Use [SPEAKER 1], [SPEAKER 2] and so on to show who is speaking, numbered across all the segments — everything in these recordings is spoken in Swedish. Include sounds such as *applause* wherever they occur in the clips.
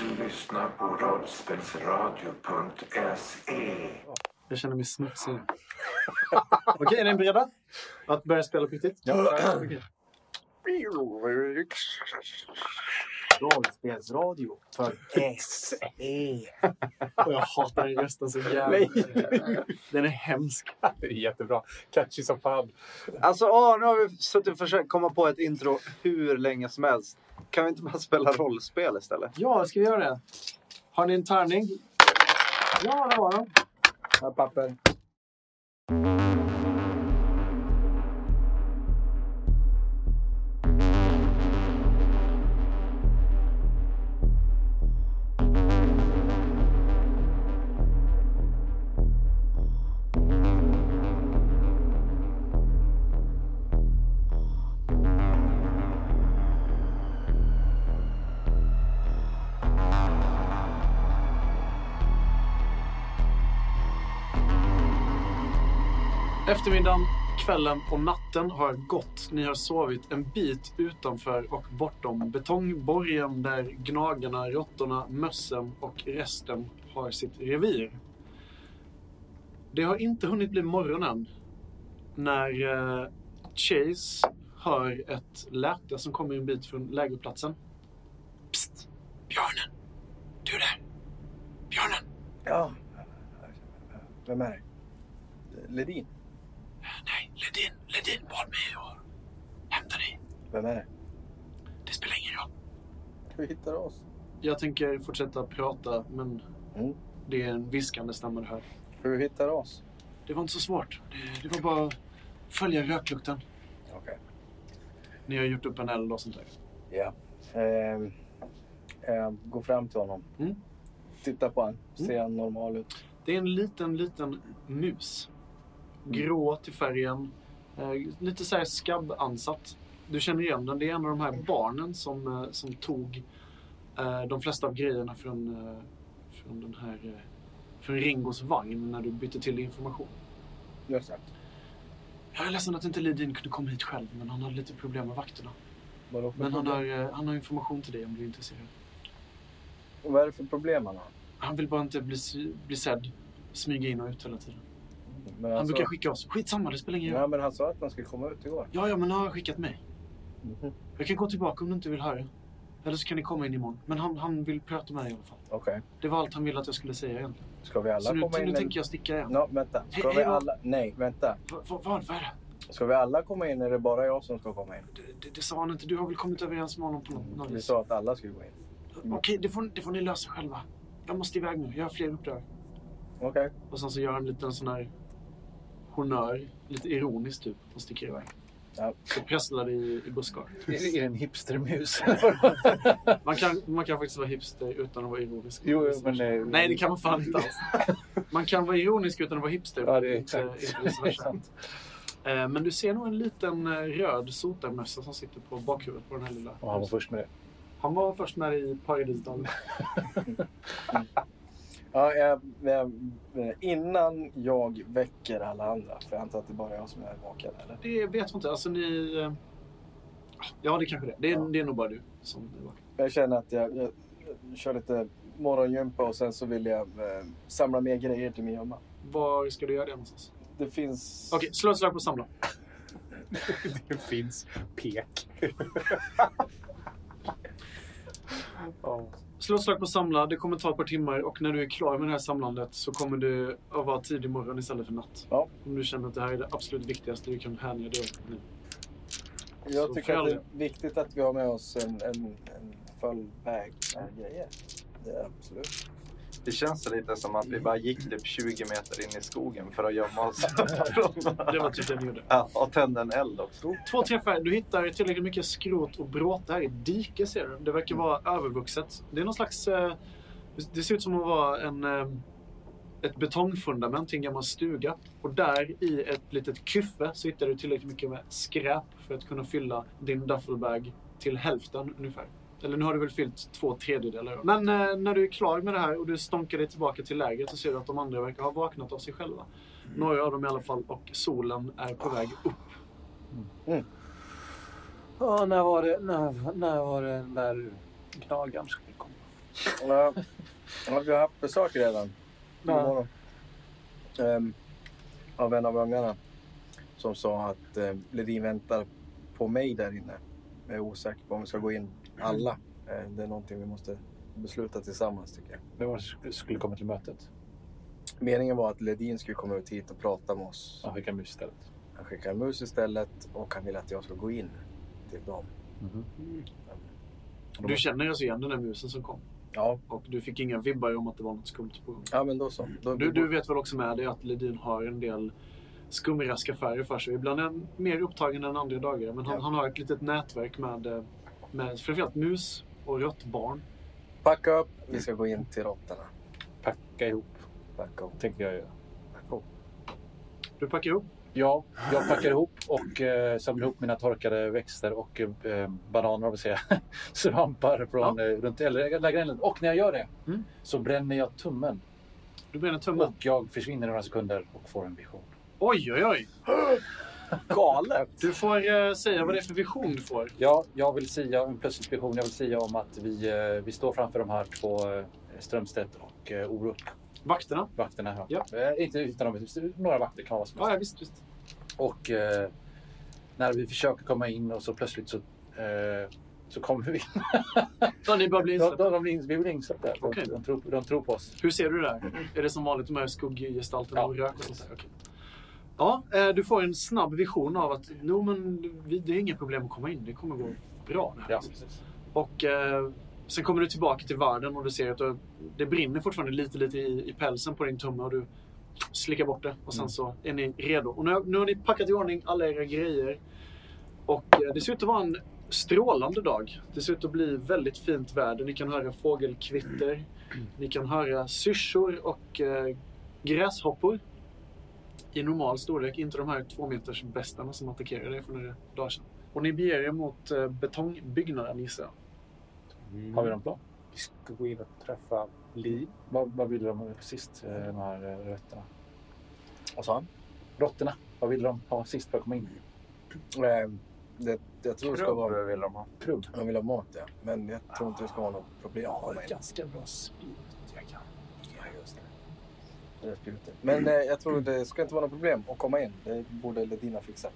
[SPEAKER 1] lyssnar på
[SPEAKER 2] E.
[SPEAKER 1] rollspelsradio.se.
[SPEAKER 3] Jag känner mig smutsig. Okej, är ni beredda att börja spela på riktigt? Ja.
[SPEAKER 4] Rollspelsradio för SE.
[SPEAKER 3] Och jag hatar den rösten så jävla
[SPEAKER 4] Nej.
[SPEAKER 3] mycket. Den är hemsk.
[SPEAKER 5] Det är jättebra. Catchy som fan.
[SPEAKER 4] Alltså, åh, nu har vi suttit och försökt komma på ett intro hur länge som helst. Kan vi inte bara spela rollspel istället?
[SPEAKER 3] Ja, ska vi göra det? Har ni en tärning? Ja, det var den.
[SPEAKER 5] Här papper.
[SPEAKER 3] Eftermiddagen, kvällen och natten har gått. Ni har sovit en bit utanför och bortom betongborgen där gnagarna, råttorna, mössen och resten har sitt revir. Det har inte hunnit bli morgon än när eh, Chase hör ett läte som kommer en bit från lägerplatsen. Psst! Björnen! Du där! Björnen!
[SPEAKER 6] Ja. Vem är det? Ledin.
[SPEAKER 3] Nej, Ledin, Ledin bad mig att hämta dig.
[SPEAKER 6] Vem är det?
[SPEAKER 3] Det spelar ingen roll.
[SPEAKER 6] *laughs* Du hittar oss.
[SPEAKER 3] Jag tänker fortsätta prata, men
[SPEAKER 6] Mm.
[SPEAKER 3] det är en viskande stämma det här.
[SPEAKER 6] Du hittar oss.
[SPEAKER 3] Det var inte så svårt. Det, det var bara att följa röklukten.
[SPEAKER 6] Okej.
[SPEAKER 3] Ni har gjort upp en eld och sånt där.
[SPEAKER 6] Ja. Ehm, eh, gå fram till honom.
[SPEAKER 3] Mm.
[SPEAKER 6] Titta på honom. Ser han normal ut?
[SPEAKER 3] Det är en liten, liten mus. Grå till färgen. Eh, lite så här skabbansatt. Du känner igen den. Det är en av de här barnen som, eh, som tog eh, de flesta av grejerna från, eh, från den här eh, från Ringos vagn när du bytte till information.
[SPEAKER 6] Just det.
[SPEAKER 3] Jag är ledsen att inte Lidin kunde komma hit själv, men han hade lite problem med vakterna.
[SPEAKER 6] Vadå för
[SPEAKER 3] Men han
[SPEAKER 6] problem?
[SPEAKER 3] har, eh, han har information till dig om du är intresserad.
[SPEAKER 6] Vad är det för problem han har?
[SPEAKER 3] Han vill bara inte bli, sy- bli sedd, smyga in och ut hela tiden.
[SPEAKER 6] Men
[SPEAKER 3] Han
[SPEAKER 6] sa-
[SPEAKER 3] brukar skicka oss. Skitsamma, det spelar ingen roll.
[SPEAKER 6] Ja, men han sa att han skulle komma ut igår.
[SPEAKER 3] Ja, ja, men han har skickat mig.
[SPEAKER 6] Mhm.
[SPEAKER 3] Jag kan gå tillbaka om du inte vill höra. Eller så kan ni komma in imorgon. Men han, han vill prata med dig i alla fall.
[SPEAKER 6] Okej.
[SPEAKER 3] Det var allt han ville att jag skulle säga egentligen.
[SPEAKER 6] Ska vi alla
[SPEAKER 3] Så nu,
[SPEAKER 6] komma
[SPEAKER 3] nu
[SPEAKER 6] in?
[SPEAKER 3] tänker jag sticka igen.
[SPEAKER 6] Nå, vänta. Ska
[SPEAKER 3] Hej-
[SPEAKER 6] vi
[SPEAKER 3] hej då.
[SPEAKER 6] alla... Nej, vänta.
[SPEAKER 3] Va- va- Vad vad är det?
[SPEAKER 6] Ska vi alla komma in eller är det bara jag som ska komma in?
[SPEAKER 3] Det- det? Det sa han inte. Du har väl kommit överens med honom på något, något
[SPEAKER 6] Vi
[SPEAKER 3] vis?
[SPEAKER 6] sa att alla skulle gå in.
[SPEAKER 3] Okej, det får, det får ni lösa själva. Jag måste iväg nu. Jag har fler uppdrag.
[SPEAKER 6] Okej.
[SPEAKER 3] Och sen så gör han lite en sån här honör, lite ironiskt typ, och sticker iväg.
[SPEAKER 6] Ja.
[SPEAKER 3] Och prasslar i, i buskar.
[SPEAKER 4] Är det en hipstermus?
[SPEAKER 3] Man kan, man kan faktiskt vara hipster utan att vara ironisk.
[SPEAKER 4] jo, jo, men nej.
[SPEAKER 3] Nej, det kan man fan inte alls. Man kan vara ironisk utan att vara hipster.
[SPEAKER 4] Ja, det är
[SPEAKER 3] Inte-
[SPEAKER 4] exakt.
[SPEAKER 3] inte vice versa. Eh, Men du ser nog en liten eh, röd sotarmössa som sitter på bakhuvudet på den här lilla.
[SPEAKER 4] Ja, han var först med det.
[SPEAKER 3] Han var först med i Paradisdalen.
[SPEAKER 6] Ja, jag, jag, innan jag väcker alla andra, för jag antar att det bara är jag som är vaken, eller?
[SPEAKER 3] Det vet jag inte. Alltså ni... eh, Ja, det kanske det är. Det är, det är nog bara du som är vaken.
[SPEAKER 6] Jag känner att jag, jag, jag kör lite morgongympa och sen så vill jag eh, samla mer grejer till min gömma.
[SPEAKER 3] Var ska du göra det någonstans?
[SPEAKER 6] Det finns...
[SPEAKER 3] Okej, slå ett slag på samla.
[SPEAKER 5] *laughs* Det finns pek.
[SPEAKER 3] Slå ett slag på samla. Det kommer ta ett par timmar och när du är klar med det här samlandet så kommer du att vara tidig morgon istället för natt.
[SPEAKER 6] Ja.
[SPEAKER 3] Om du känner att det här är det absolut viktigaste du kan hänga dig åt nu.
[SPEAKER 6] Jag
[SPEAKER 3] så
[SPEAKER 6] tycker att det är
[SPEAKER 3] följden.
[SPEAKER 6] viktigt att vi har med oss en, en, en full bag med grejer. Det är absolut.
[SPEAKER 7] Det känns lite som att vi bara gick typ 20 meter in i skogen för att gömma *laughs* oss. från-
[SPEAKER 3] Det var typ det ni gjorde.
[SPEAKER 7] ja, och tände en eld också.
[SPEAKER 3] Två träffar. Du hittar tillräckligt mycket skrot och bråte här i ett dike ser du. Det verkar vara övervuxet. Det är någon slags... eh, det- Det ser ut som att vara en, eh, ett betongfundament till en gammal stuga. Och där i ett litet kyffe så hittar du tillräckligt mycket med skräp för att kunna fylla din duffelbag till hälften ungefär. Eller nu har du väl fyllt två tredjedelar. av den. Men eh, när du är klar med det här och du stånkar dig tillbaka till lägret så ser du att de andra verkar ha vaknat av sig själva. Några av dem i alla fall och solen är på väg upp.
[SPEAKER 4] Ja, när var det, när, när var det den där gnagaren skulle komma?
[SPEAKER 6] Ja, ja, vi har haft besök redan. God morgon. Ehm, av en av ungarna som sa att eh, Ledin väntar på mig där inne. Jag är osäker på om vi ska gå in alla. Eh, det är någonting vi måste besluta tillsammans tycker jag.
[SPEAKER 5] Det var sk- skulle komma till mötet.
[SPEAKER 6] Meningen var att Ledin skulle komma ut hit och prata med oss.
[SPEAKER 5] Ja, vi kan mysa istället.
[SPEAKER 6] Han skickar en mus istället och han vill att jag ska gå in till dem.
[SPEAKER 3] Du känner ju alltså igen den där musen som kom.
[SPEAKER 6] Ja,
[SPEAKER 3] Och du fick inga vibbar om att det var något skumt på gång.
[SPEAKER 6] ja men då så. Då,
[SPEAKER 3] Du, du vet väl också med dig att Ledin har en del skumraskaffärer för sig. Ibland är han mer upptagen än andra dagar. Men han,
[SPEAKER 6] Ja.
[SPEAKER 3] han har ett litet nätverk med, eh, med framförallt mus och råttbarn.
[SPEAKER 6] Packa upp, vi ska gå in till råttorna.
[SPEAKER 5] Packa ihop,
[SPEAKER 6] Packa upp.
[SPEAKER 5] tänker jag göra.
[SPEAKER 6] Packa upp.
[SPEAKER 3] Du packar ihop.
[SPEAKER 5] Ja, jag packar ihop och eh, samlar ihop mina torkade växter och eh, bananer, om jag säger, *laughs* svampar från eh, runt äldre- lägre elden. Och när jag gör det
[SPEAKER 3] Mm.
[SPEAKER 5] så bränner jag tummen
[SPEAKER 3] Du bränner tummen.
[SPEAKER 5] och jag försvinner i några sekunder och får en vision.
[SPEAKER 3] Oj, oj, oj!
[SPEAKER 6] Galet!
[SPEAKER 3] Du får eh, säga vad det är för vision du får.
[SPEAKER 5] Ja, jag vill säga en plötslig vision. Jag vill säga om att vi, eh, vi står framför de här två eh, Strömstedt och eh, Orup,
[SPEAKER 3] Vakterna?
[SPEAKER 5] vakterna här.
[SPEAKER 3] Ja.
[SPEAKER 5] Eh, inte utan dem, några vakter kan vara som helst.
[SPEAKER 3] Ja, ja visst, visst.
[SPEAKER 5] Och eh, när vi försöker komma in och så plötsligt så, eh, så kommer vi in.
[SPEAKER 1] *laughs*
[SPEAKER 3] Ja, ni börjar bli
[SPEAKER 5] de,
[SPEAKER 3] insläppta.
[SPEAKER 5] de, de blir ins- vi blir insläppta. De,
[SPEAKER 3] Okej.
[SPEAKER 5] de, tror, de tror på oss.
[SPEAKER 3] Hur ser du det här? Är det som vanligt de här skugggestalterna
[SPEAKER 5] Ja,
[SPEAKER 3] och rök och sånt där? Okej. Ja, eh, du får en snabb vision av att no, men vi, det är inga problem att komma in. Det kommer gå bra. Det här. liksom."
[SPEAKER 5] Ja.
[SPEAKER 3] Och eh, sen kommer du tillbaka till världen och du ser att du, det brinner fortfarande lite, lite i, i pälsen på din tumme och du slickar bort det och sen
[SPEAKER 5] Mm.
[SPEAKER 3] så är ni redo. Och nu, nu har ni packat i ordning alla era grejer och eh, det ser ut att vara en strålande dag. Det ser ut att bli väldigt fint väder. Ni kan höra fågelkvitter, ni kan höra syrsor och eh, gräshoppor i normal storlek, inte de här två meters bestarna som attackerade er för några dagar sedan. Och ni beger er mot eh, betongbyggnaden gissar jag.
[SPEAKER 5] Har vi någon plan?
[SPEAKER 1] Mm. Vi ska gå in och träffa Liv.
[SPEAKER 5] Vad, vad ville de sist, eh, de här eh, råttorna?
[SPEAKER 6] Vad sa han?
[SPEAKER 5] Råttorna, vad ville de ha sist för att komma in?
[SPEAKER 6] Eh, det, jag tror det ska vara...
[SPEAKER 7] Krubb vill de ha.
[SPEAKER 5] Krubb.
[SPEAKER 6] De vill ha mat, ja. Men jag tror inte det ska vara något problem.
[SPEAKER 1] Jag har
[SPEAKER 6] Men-
[SPEAKER 1] ett ganska bra spjut jag kan.
[SPEAKER 6] Ja, just det. Det där spjutet. Men eh, jag tror det ska inte vara något problem att komma in. Det borde Ledin ha fixat.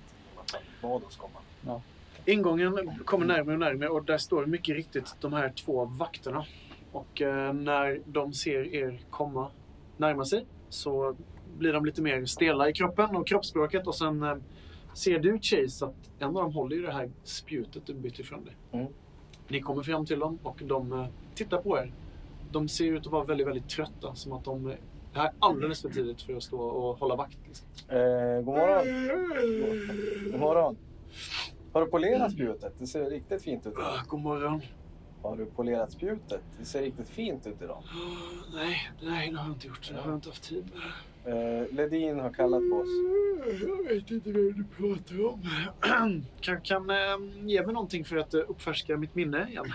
[SPEAKER 6] Vad då ska man?
[SPEAKER 3] Ingången kommer närmare och närmare och där står mycket riktigt de här två vakterna. Och eh, när de ser er komma närma sig så blir de lite mer stela i kroppen och kroppsspråket och sen eh, ser du Chase att en av dem håller ju det här spjutet du bytt ifrån dig.
[SPEAKER 6] Mm.
[SPEAKER 3] Ni kommer fram till dem och de eh, tittar på er. De ser ut att vara väldigt, väldigt trötta som att de eh, det här är alldeles för tidigt för att stå och hålla vakt. Liksom.
[SPEAKER 6] Eh, god morgon. God morgon. Har du polerat spjutet? Det ser riktigt fint ut.
[SPEAKER 3] Ah, God morgon.
[SPEAKER 6] Har du polerat spjutet? Det ser riktigt fint ut idag.
[SPEAKER 3] Ah, *gasps* Nej, nej, det har jag inte gjort. Det har jag inte haft tid med.
[SPEAKER 6] Eh, Ledin har kallat på oss.
[SPEAKER 3] Jag vet inte vad du pratar om. *clears throat* kan kan eh, ge mig någonting för att eh, uppfärska mitt minne
[SPEAKER 6] *laughs*
[SPEAKER 3] igen?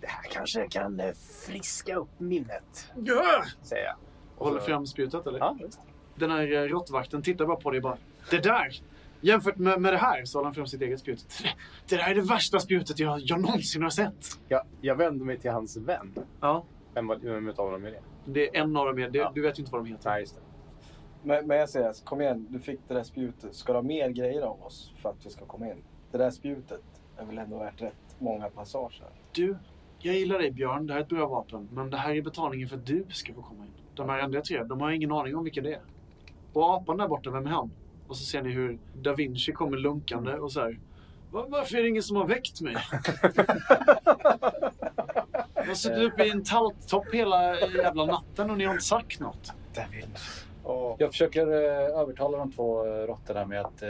[SPEAKER 1] Det här kanske kan eh, friska upp minnet,
[SPEAKER 3] Ja!
[SPEAKER 1] säger jag.
[SPEAKER 3] Och Håller fram spjutet eller?
[SPEAKER 1] Ja, just.
[SPEAKER 3] Den här eh, råttvakten tittar bara på dig och bara. Det där! Jämfört med, med det här så håller han fram sitt eget spjut. *laughs* Det, det där är det värsta spjutet jag, jag någonsin har sett.
[SPEAKER 1] Jag, jag vänder mig till hans vän.
[SPEAKER 3] Ja,
[SPEAKER 1] Vem, var- vem utav dem är det?
[SPEAKER 3] det är en av dem. är- Det,
[SPEAKER 1] Ja.
[SPEAKER 3] Du vet ju inte vad de heter.
[SPEAKER 1] Nej, just det.
[SPEAKER 6] Men, men jag säger, alltså, kom igen, du fick det där spjutet. Ska du ha mer grejer av oss för att vi ska komma in? Det där spjutet är väl ändå värt rätt många passager?
[SPEAKER 3] Du, jag gillar dig Björn. Det här är ett bra vapen. Men det här är betalningen för att du ska få komma in. De här andra tre, de har ingen aning om vilka det är. Och apan där borta, vem är han? Och så ser ni hur Da Vinci kommer lunkande och så här. "Va- Varför är det ingen som har väckt mig? Jag har suttit uppe i en talttopp hela jävla natten och ni har inte sagt något.
[SPEAKER 5] Jag försöker eh, övertala de två eh, råttorna med att eh,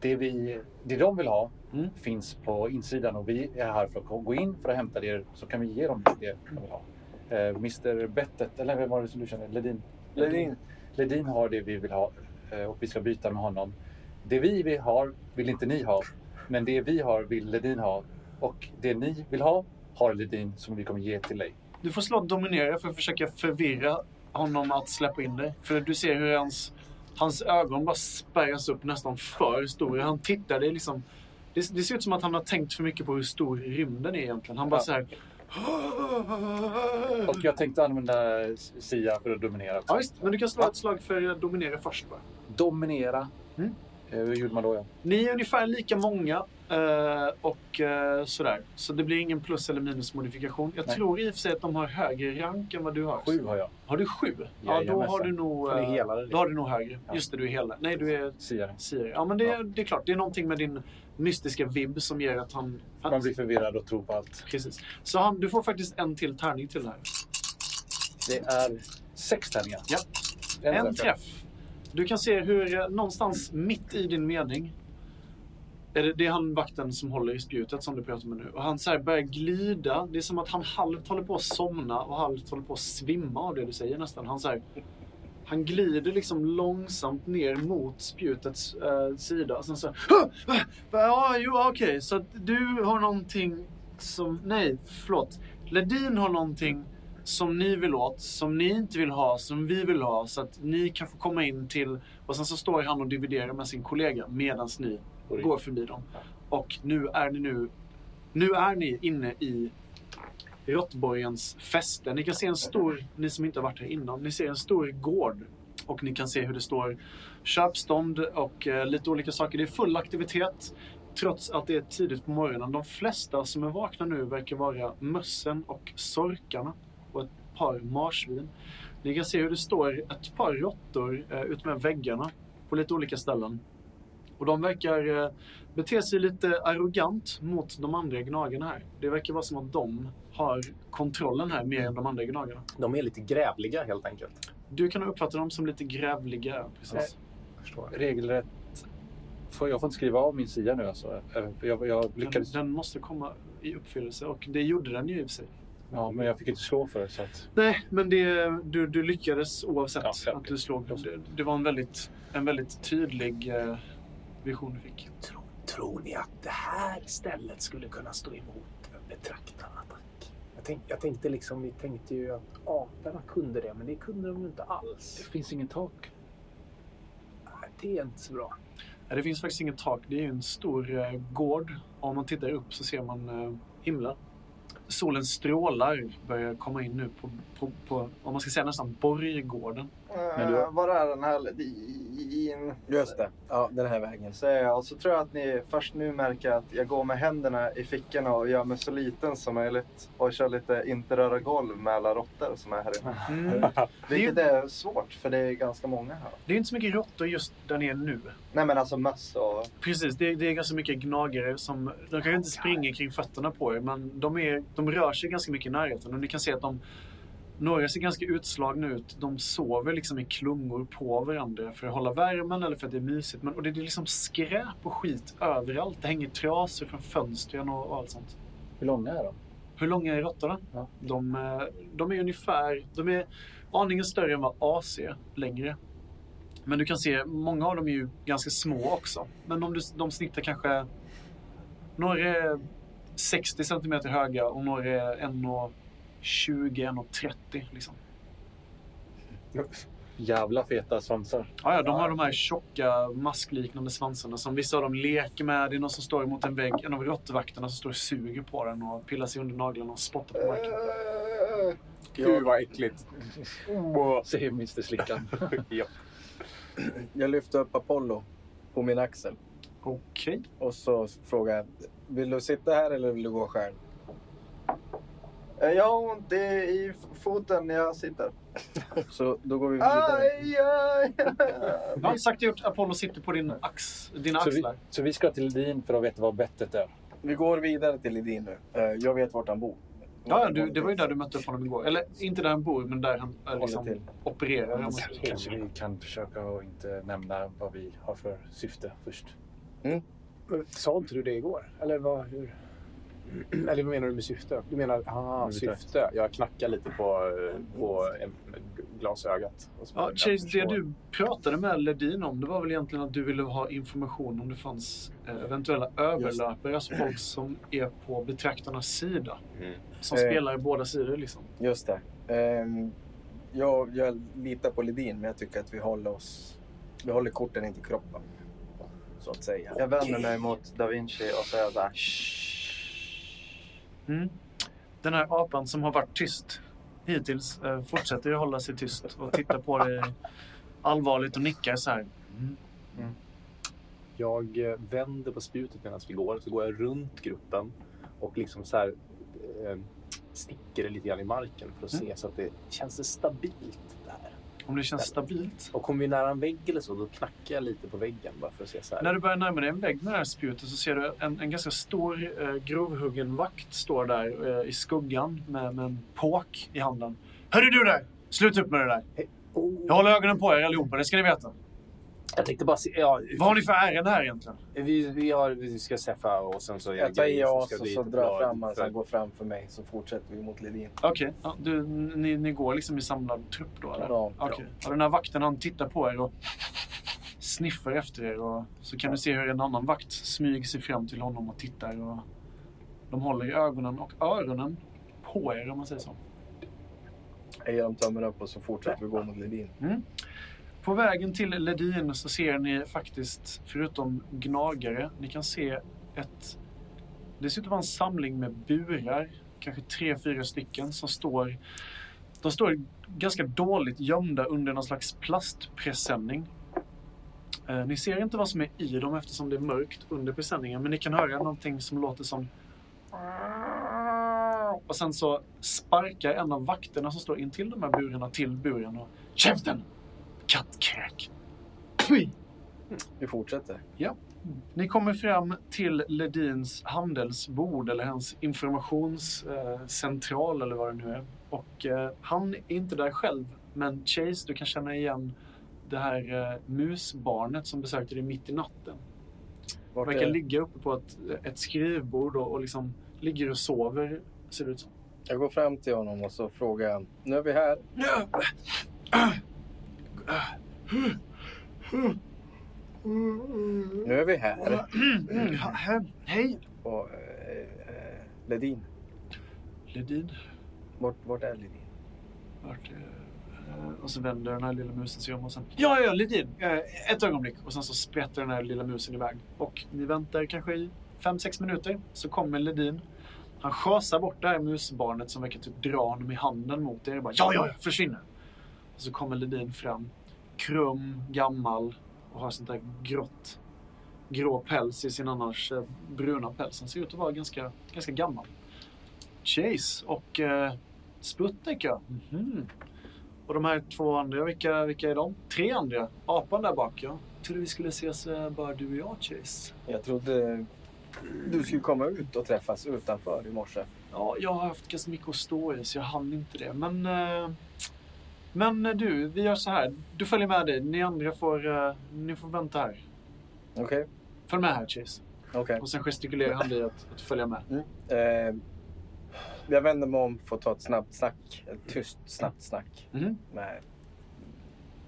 [SPEAKER 5] det, vi, det de vill ha
[SPEAKER 3] Mm.
[SPEAKER 5] finns på insidan och vi är här för att gå in för att hämta det så kan vi ge dem det de vill ha. Eh, Mr Bettet, eller vem var det som du kände? Ledin?
[SPEAKER 6] Ledin,
[SPEAKER 5] Ledin har det vi vill ha eh, och vi ska byta med honom. Det vi vill har vill inte ni ha, men det vi har vill Ledin ha och det ni vill ha har Ledin som vi kommer ge till dig.
[SPEAKER 3] Du får slå dominera för att försöka förvirra honom att släppa in dig. För du ser hur hans, hans ögon bara spärras upp nästan för stora. Han tittar, det är liksom... Det, det ser ut som att han har tänkt för mycket på hur stor rymden är egentligen. Han bara
[SPEAKER 5] Ja.
[SPEAKER 3] så här...
[SPEAKER 5] Och jag tänkte använda Sia för att dominera också.
[SPEAKER 3] Ja, visst, men du kan slå ett slag för att dominera först bara.
[SPEAKER 5] Dominera.
[SPEAKER 3] Mm.
[SPEAKER 5] Eh, Hur gjorde man då? Ja?
[SPEAKER 3] Ni är ungefär lika många eh, och eh, sådär. Så det blir ingen plus eller minusmodifikation. Jag
[SPEAKER 5] Nej.
[SPEAKER 3] tror i och för sig att de har högre rank än vad du har.
[SPEAKER 5] Sju har jag.
[SPEAKER 3] Har du sju? Ja, då
[SPEAKER 5] Jajamensan.
[SPEAKER 3] har du nog...
[SPEAKER 1] För det är
[SPEAKER 3] eh,
[SPEAKER 1] helare,
[SPEAKER 3] Då har du nog högre.
[SPEAKER 5] liksom. Ja.
[SPEAKER 3] Just det, du är hela. Nej, du är
[SPEAKER 5] Sia.
[SPEAKER 3] Siri. Ja, men det,
[SPEAKER 5] Ja.
[SPEAKER 3] det är klart. Det är någonting med din mystiska vibb som ger att han... han
[SPEAKER 5] Man blir förvirrad och tror på allt.
[SPEAKER 3] Precis. Så han, du får faktiskt en till tärning till här.
[SPEAKER 5] Det är sex tärningar.
[SPEAKER 3] Ja.
[SPEAKER 5] En,
[SPEAKER 3] En träff. Du kan se hur eh, någonstans mitt i din mening är det, det är han vakten som håller i spjutet som du pratar med nu. Och han så här börjar glida. Det är som att han halvt håller på att somna och halvt håller på att svimma av det du säger nästan. Han, så här, han glider liksom långsamt ner mot spjutets eh, sida. Och sen så här, "Hå! Va? Va? Ja, jo, ja, okej. Så att du har någonting som... Nej, förlåt. Ledin har någonting som ni vill åt, som ni inte vill ha, som vi vill ha. Så att ni kan få komma in till... Och sen så står han och dividerar med sin kollega medan ni
[SPEAKER 5] Går in.
[SPEAKER 3] går förbi dem. Och nu är ni nu... Nu är ni inne i Råttborgens fäste. Ni kan se en stor, ni som inte har varit här innan, ni ser en stor gård. Och ni kan se hur det står köpstånd och eh, lite olika saker. Det är full aktivitet trots att det är tidigt på morgonen. De flesta som är vakna nu verkar vara mössen och sorkarna och ett par marsvin. Ni kan se hur det står ett par råttor eh, utmed väggarna på lite olika ställen. Och de verkar eh, bete sig lite arrogant mot de andra gnagarna här. Det verkar vara som att de har kontrollen här mer än de andra gnagarna.
[SPEAKER 1] De är lite grävliga helt enkelt.
[SPEAKER 3] Du kan uppfatta dem som lite grävliga. Eh, Precis.
[SPEAKER 1] Förstår.
[SPEAKER 5] Regelrätt. Får jag får inte skriva av min Sia nu alltså. Eh, Jag, jag
[SPEAKER 3] Den,
[SPEAKER 5] lyckades.
[SPEAKER 3] den måste komma i uppfyllelse och det gjorde den ju i och för sig.
[SPEAKER 5] Ja, men jag fick inte slå för det. Så att...
[SPEAKER 3] Nej, men det, du, du lyckades oavsett
[SPEAKER 5] Ja, självklart.
[SPEAKER 3] att du slog. Det, det var en väldigt, en väldigt tydlig eh, vision du fick.
[SPEAKER 1] Tror, tror ni att det här stället skulle kunna stå emot en betraktarattack? Jag, tänk, jag tänkte liksom, vi tänkte ju att aporna kunde det, men det kunde de ju inte
[SPEAKER 5] Det
[SPEAKER 1] alls.
[SPEAKER 5] finns ingen tak.
[SPEAKER 1] Nej, Det är inte så bra.
[SPEAKER 3] Nej, Det finns faktiskt inget tak. Det är ju en stor eh, gård. Och Om man tittar upp så ser man eh, himlen. Solens strålar börjar komma in nu på, på, på om man ska säga nästan borggården.
[SPEAKER 5] Men du-
[SPEAKER 7] Eh, Var är den här ledin?
[SPEAKER 6] Just det. Ja, den här vägen.
[SPEAKER 7] Säger jag. Och så tror jag att ni först nu märker att jag går med händerna i fickorna och gör mig så liten som möjligt. Och kör lite inte röra golv med alla råttor som är här inne. Vilket är svårt för det är ganska många här.
[SPEAKER 3] Det är inte så mycket råttor just där nere nu.
[SPEAKER 7] Nej men alltså möss och...
[SPEAKER 3] Precis, det är, det är ganska mycket gnagare som... De kanske inte springer kring fötterna på er, men de, är, de rör sig ganska mycket i närheten. Och ni kan se att de... Några ser ganska utslagna ut. De sover liksom i klungor på varandra för att hålla värmen eller för att det är mysigt. Men, och det är liksom skräp och skit överallt. Det hänger trasor från fönstren och, och allt sånt.
[SPEAKER 5] Hur långa är de?
[SPEAKER 3] Hur långa är råttorna?
[SPEAKER 5] Ja.
[SPEAKER 3] De, eh, de är ungefär... De är aningen större än vad AC är, längre. Men du kan se, många av dem är ju ganska små också. Men de, de snittar kanske... Några är 60 centimeter höga och några är 1,20-1,30 liksom.
[SPEAKER 5] Jävla feta svansar.
[SPEAKER 3] Ja, ja, de har de här tjocka maskliknande svansarna som vissa av dem leker med. Det är någon som står emot en vägg, en av råttvakterna som står och suger på den och pillar sig under naglarna och spottar
[SPEAKER 7] eh,
[SPEAKER 3] på marken.
[SPEAKER 8] Gud vad äckligt.
[SPEAKER 5] Säger Mr *laughs* Slickan.
[SPEAKER 6] Jag lyfte upp Apollo på min axel
[SPEAKER 3] Okej.
[SPEAKER 6] och så frågade jag, vill du sitta här eller vill du gå själv?
[SPEAKER 7] Eh, Jag har ont i, i foten när jag sitter.
[SPEAKER 6] Så då går vi vidare.
[SPEAKER 7] Aj, aj, aj.
[SPEAKER 3] Ja, sagt och gjort. Apollo sitter på din ax, dina
[SPEAKER 5] Så vi,
[SPEAKER 3] axlar.
[SPEAKER 5] så vi ska till Ledin för att veta vad bettet är.
[SPEAKER 6] Vi går vidare till Lidin nu. Eh, Jag vet vart han bor.
[SPEAKER 3] Ja, ja, du, det var ju där du mötte upp honom igår. Eller inte där han bor, men där han eh,
[SPEAKER 6] Håller
[SPEAKER 3] liksom,
[SPEAKER 6] till.
[SPEAKER 3] opererar. om man
[SPEAKER 5] Sen
[SPEAKER 3] säger så.
[SPEAKER 5] Kanske vi kan försöka att inte nämna vad vi har för syfte först.
[SPEAKER 1] Men Sa inte du det igår? Eller vad, hur? *clears throat* Eller vad menar du med syfte? Du menar,
[SPEAKER 5] Men
[SPEAKER 8] Ah,
[SPEAKER 5] vi
[SPEAKER 8] syfte. Jag knackar lite på, eh, på en, glasögat. och så-
[SPEAKER 3] Ja, Chase, det du pratade med Ledin om, det var väl egentligen att du ville ha information om det fanns eh, eventuella överlöpare, alltså folk som är på betraktarnas sida.
[SPEAKER 8] Mm.
[SPEAKER 3] Som
[SPEAKER 6] Eh.
[SPEAKER 3] spelar i båda sidor liksom.
[SPEAKER 6] Just det. Ehm, Jag, jag litar på Lidin, men jag tycker att vi håller oss... Vi håller korten inte i kroppen. Så att säga.
[SPEAKER 7] Jag vänder mig mot Da Vinci och säger så här.
[SPEAKER 3] Mm. Den här apan som har varit tyst hittills eh, fortsätter ju hålla sig tyst och tittar på dig allvarligt och nickar så här.
[SPEAKER 8] Jag eh, vänder på spjutet medan vi går. Så går jag runt gruppen och liksom så här, eh, sticker det lite grann i marken för att se så att det känns det stabilt där.
[SPEAKER 3] Om det känns stabilt.
[SPEAKER 8] Och kommer vi nära en vägg eller så, då knackar jag lite på väggen bara för att se så här.
[SPEAKER 3] När du börjar närma dig en vägg med det här spjutet så ser du en, en ganska stor eh, grovhuggen vakt står där eh, i skuggan med, med en påk i handen. Hörru du där! Sluta upp med det där!
[SPEAKER 1] Oh,
[SPEAKER 3] Jag håller ögonen på er allihopa, det ska ni veta.
[SPEAKER 8] Jag tänkte bara se. Ja,
[SPEAKER 3] Vad har ni för ärende här egentligen?
[SPEAKER 8] vi, vi, har, vi ska träffa och sen så...
[SPEAKER 6] Jag tar i
[SPEAKER 8] som
[SPEAKER 6] oss
[SPEAKER 8] ska
[SPEAKER 6] och
[SPEAKER 8] bli
[SPEAKER 6] så
[SPEAKER 8] lite
[SPEAKER 6] drar jag fram honom
[SPEAKER 8] glad
[SPEAKER 6] så
[SPEAKER 8] för-
[SPEAKER 6] han går framför mig. Så fortsätter vi mot Ledin.
[SPEAKER 3] Okej, ja, du, ni, ni går liksom i samlad trupp då? Eller?
[SPEAKER 6] Ja, ja.
[SPEAKER 3] Okej. Och den här vakten han tittar på er och sniffar efter er och så kan du se hur en annan vakt smyger sig fram till honom och tittar. Och de håller i ögonen och öronen på er om man säger så.
[SPEAKER 6] Jag ger dem tummen upp och så fortsätter vi gå mot Ledin.
[SPEAKER 3] Mm. På vägen till Ledin så ser ni faktiskt, förutom gnagare, ni kan se ett... Det ser ut att vara en samling med burar, kanske tre, fyra stycken, som står... De står ganska dåligt gömda under någon slags plastpresenning. Eh, Ni ser inte vad som är i dem eftersom det är mörkt under presenningen, men ni kan höra någonting som låter som... Och sen så sparkar en av vakterna som står intill de här burarna till buren och... Käften! kattkräk. Fy!
[SPEAKER 6] Vi fortsätter.
[SPEAKER 3] Ni kommer fram till Ledins handelsbord eller hans informationscentral eller vad det nu är. Och eh, han är inte där själv. Men Chase, du kan känna igen det här eh, musbarnet som besökte dig mitt i natten.
[SPEAKER 6] Vart
[SPEAKER 3] Verkar
[SPEAKER 6] är...
[SPEAKER 3] ligga uppe på ett, ett skrivbord och, och liksom ligger och sover, ser det ut som.
[SPEAKER 6] Jag går fram till honom och så frågar jag. Nu är vi här. Nu är vi här.
[SPEAKER 3] Mm, ha- he- Hej!
[SPEAKER 6] Och, eh, eh, Ledin.
[SPEAKER 3] Ledin.
[SPEAKER 6] Vart, vart är Ledin?
[SPEAKER 3] Vart, eh, och så vänder den här lilla musen sig om och sen... Ja, ja, Lidin! Eh, ett ögonblick. Och sen så sprätter den här lilla musen iväg. Och ni väntar kanske i fem sex minuter så kommer Ledin. Han schasar bort det här musbarnet som verkar typ dra honom i handen mot er. Och bara, ja, ja, ja, försvinner! Och så kommer Ledin fram. Krum, gammal och har sånt där grått. Grå päls i sin annars eh, bruna päls. Han ser ut att vara ganska, ganska gammal. Chase och eh, Sputnik, ja. Mhm. Och de här två andra, vilka, vilka är de? Tre andra. Apan där bak, ja. Trodde vi skulle ses eh, bara du och jag, Chase.
[SPEAKER 6] Jag trodde du skulle komma ut och träffas utanför i morse.
[SPEAKER 3] Ja, jag har haft ganska mycket att stå i, så jag hann inte det. Men, eh, men eh, du, vi gör så här. Du följer med dig. Ni andra får, eh, ni får vänta här.
[SPEAKER 6] Okej,
[SPEAKER 3] Följ med här, Chase.
[SPEAKER 6] okej.
[SPEAKER 3] Och sen gestikulerar han dig att, att följa med.
[SPEAKER 6] Eh, jag vänder mig om för att ta ett snabbt snack. Ett tyst, snabbt snack
[SPEAKER 3] Mhm.
[SPEAKER 6] med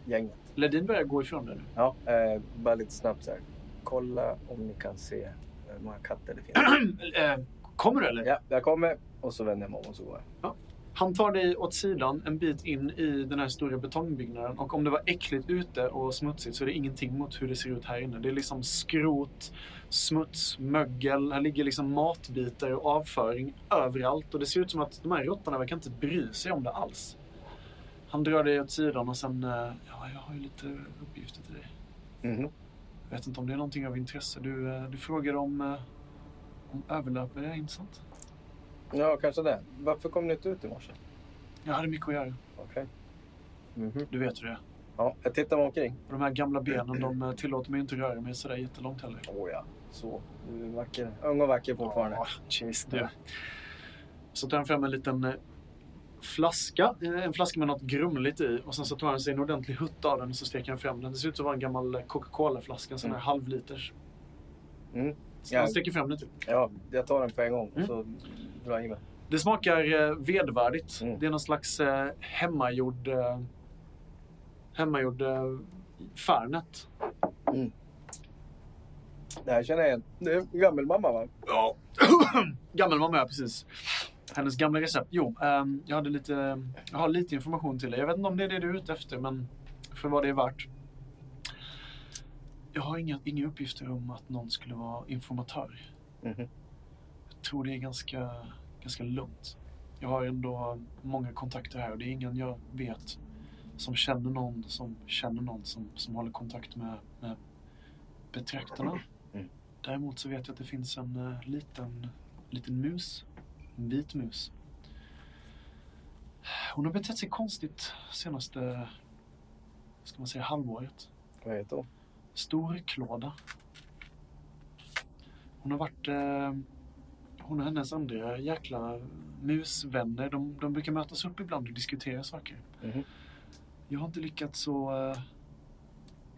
[SPEAKER 6] gänget.
[SPEAKER 3] Ledin börjar gå ifrån dig nu.
[SPEAKER 6] Ja, eh, bara lite snabbt så här. Kolla om ni kan se hur många katter det finns.
[SPEAKER 3] Eh, Kommer du eller?
[SPEAKER 6] ja, jag kommer. Och så vänder jag mig om och så går jag.
[SPEAKER 3] Han tar dig åt sidan en bit in i den här stora betongbyggnaden och om det var äckligt ute och smutsigt så är det ingenting mot hur det ser ut här inne. Det är liksom skrot, smuts, mögel. Här ligger liksom matbitar och avföring överallt och det ser ut som att de här råttorna verkar inte bry sig om det alls. Han drar dig åt sidan och sen, eh, ja, jag har ju lite uppgifter till dig.
[SPEAKER 6] Mhm.
[SPEAKER 3] Jag vet inte om det är någonting av intresse. Du, eh, du frågar om, eh, om överlöpare, inte sant?
[SPEAKER 6] Ja, kanske det. Varför kom ni inte ut i morse?
[SPEAKER 3] Jag hade mycket att göra.
[SPEAKER 6] Okej. Mhm.
[SPEAKER 3] Du vet hur det är.
[SPEAKER 6] Ja, jag tittar mig omkring.
[SPEAKER 3] Och de här gamla benen, de eh, tillåter mig inte röra mig sådär jättelångt heller.
[SPEAKER 6] Åh ja, så. Du är vacker. Ung och vacker fortfarande.
[SPEAKER 3] Ja, Chase, du. Så tar han fram en liten eh, flaska, eh, en flaska med något grumligt i och sen så tar han sig en ordentlig hutt av den och så steker han fram den. Det ser ut som att vara en gammal eh, Coca-Cola-flaska, en sån här halvliters.
[SPEAKER 6] Mm.
[SPEAKER 3] Så
[SPEAKER 6] Ja.
[SPEAKER 3] han steker fram den till.
[SPEAKER 6] Ja, jag tar den på en gång och
[SPEAKER 3] Mm.
[SPEAKER 6] så drar jag i mig.
[SPEAKER 3] Det smakar eh, vedvärdigt.
[SPEAKER 6] Mm.
[SPEAKER 3] Det är någon slags eh, hemmagjord, eh, hemmagjord eh, Fernet.
[SPEAKER 6] Mm. Det här känner jag igen. Det är gammelmamma va?
[SPEAKER 3] Ja. *clears throat* Gammelmamma, ja precis. Hennes gamla recept. Jo, ehm, jag, hade lite, jag har lite information till dig. Jag vet inte om det är det du är ute efter, men för vad det är värt. Jag har inga, inga uppgifter om att någon skulle vara informatör.
[SPEAKER 6] Mhm.
[SPEAKER 3] Jag tror det är ganska, ganska lugnt. Jag har ändå många kontakter här och det är ingen jag vet som känner någon som känner någon som, som håller kontakt med, med betraktarna.
[SPEAKER 6] Mm.
[SPEAKER 3] Däremot så vet jag att det finns en eh, liten, liten mus. En vit mus. Hon har betett sig konstigt senaste, ska man säga, halvåret.
[SPEAKER 6] Vad heter hon?
[SPEAKER 3] Storklåda. Hon har varit... Eh, hon och hennes andra jäkla musvänner, de, de brukar mötas upp ibland och diskutera saker.
[SPEAKER 6] Mhm.
[SPEAKER 3] Jag har inte lyckats så eh,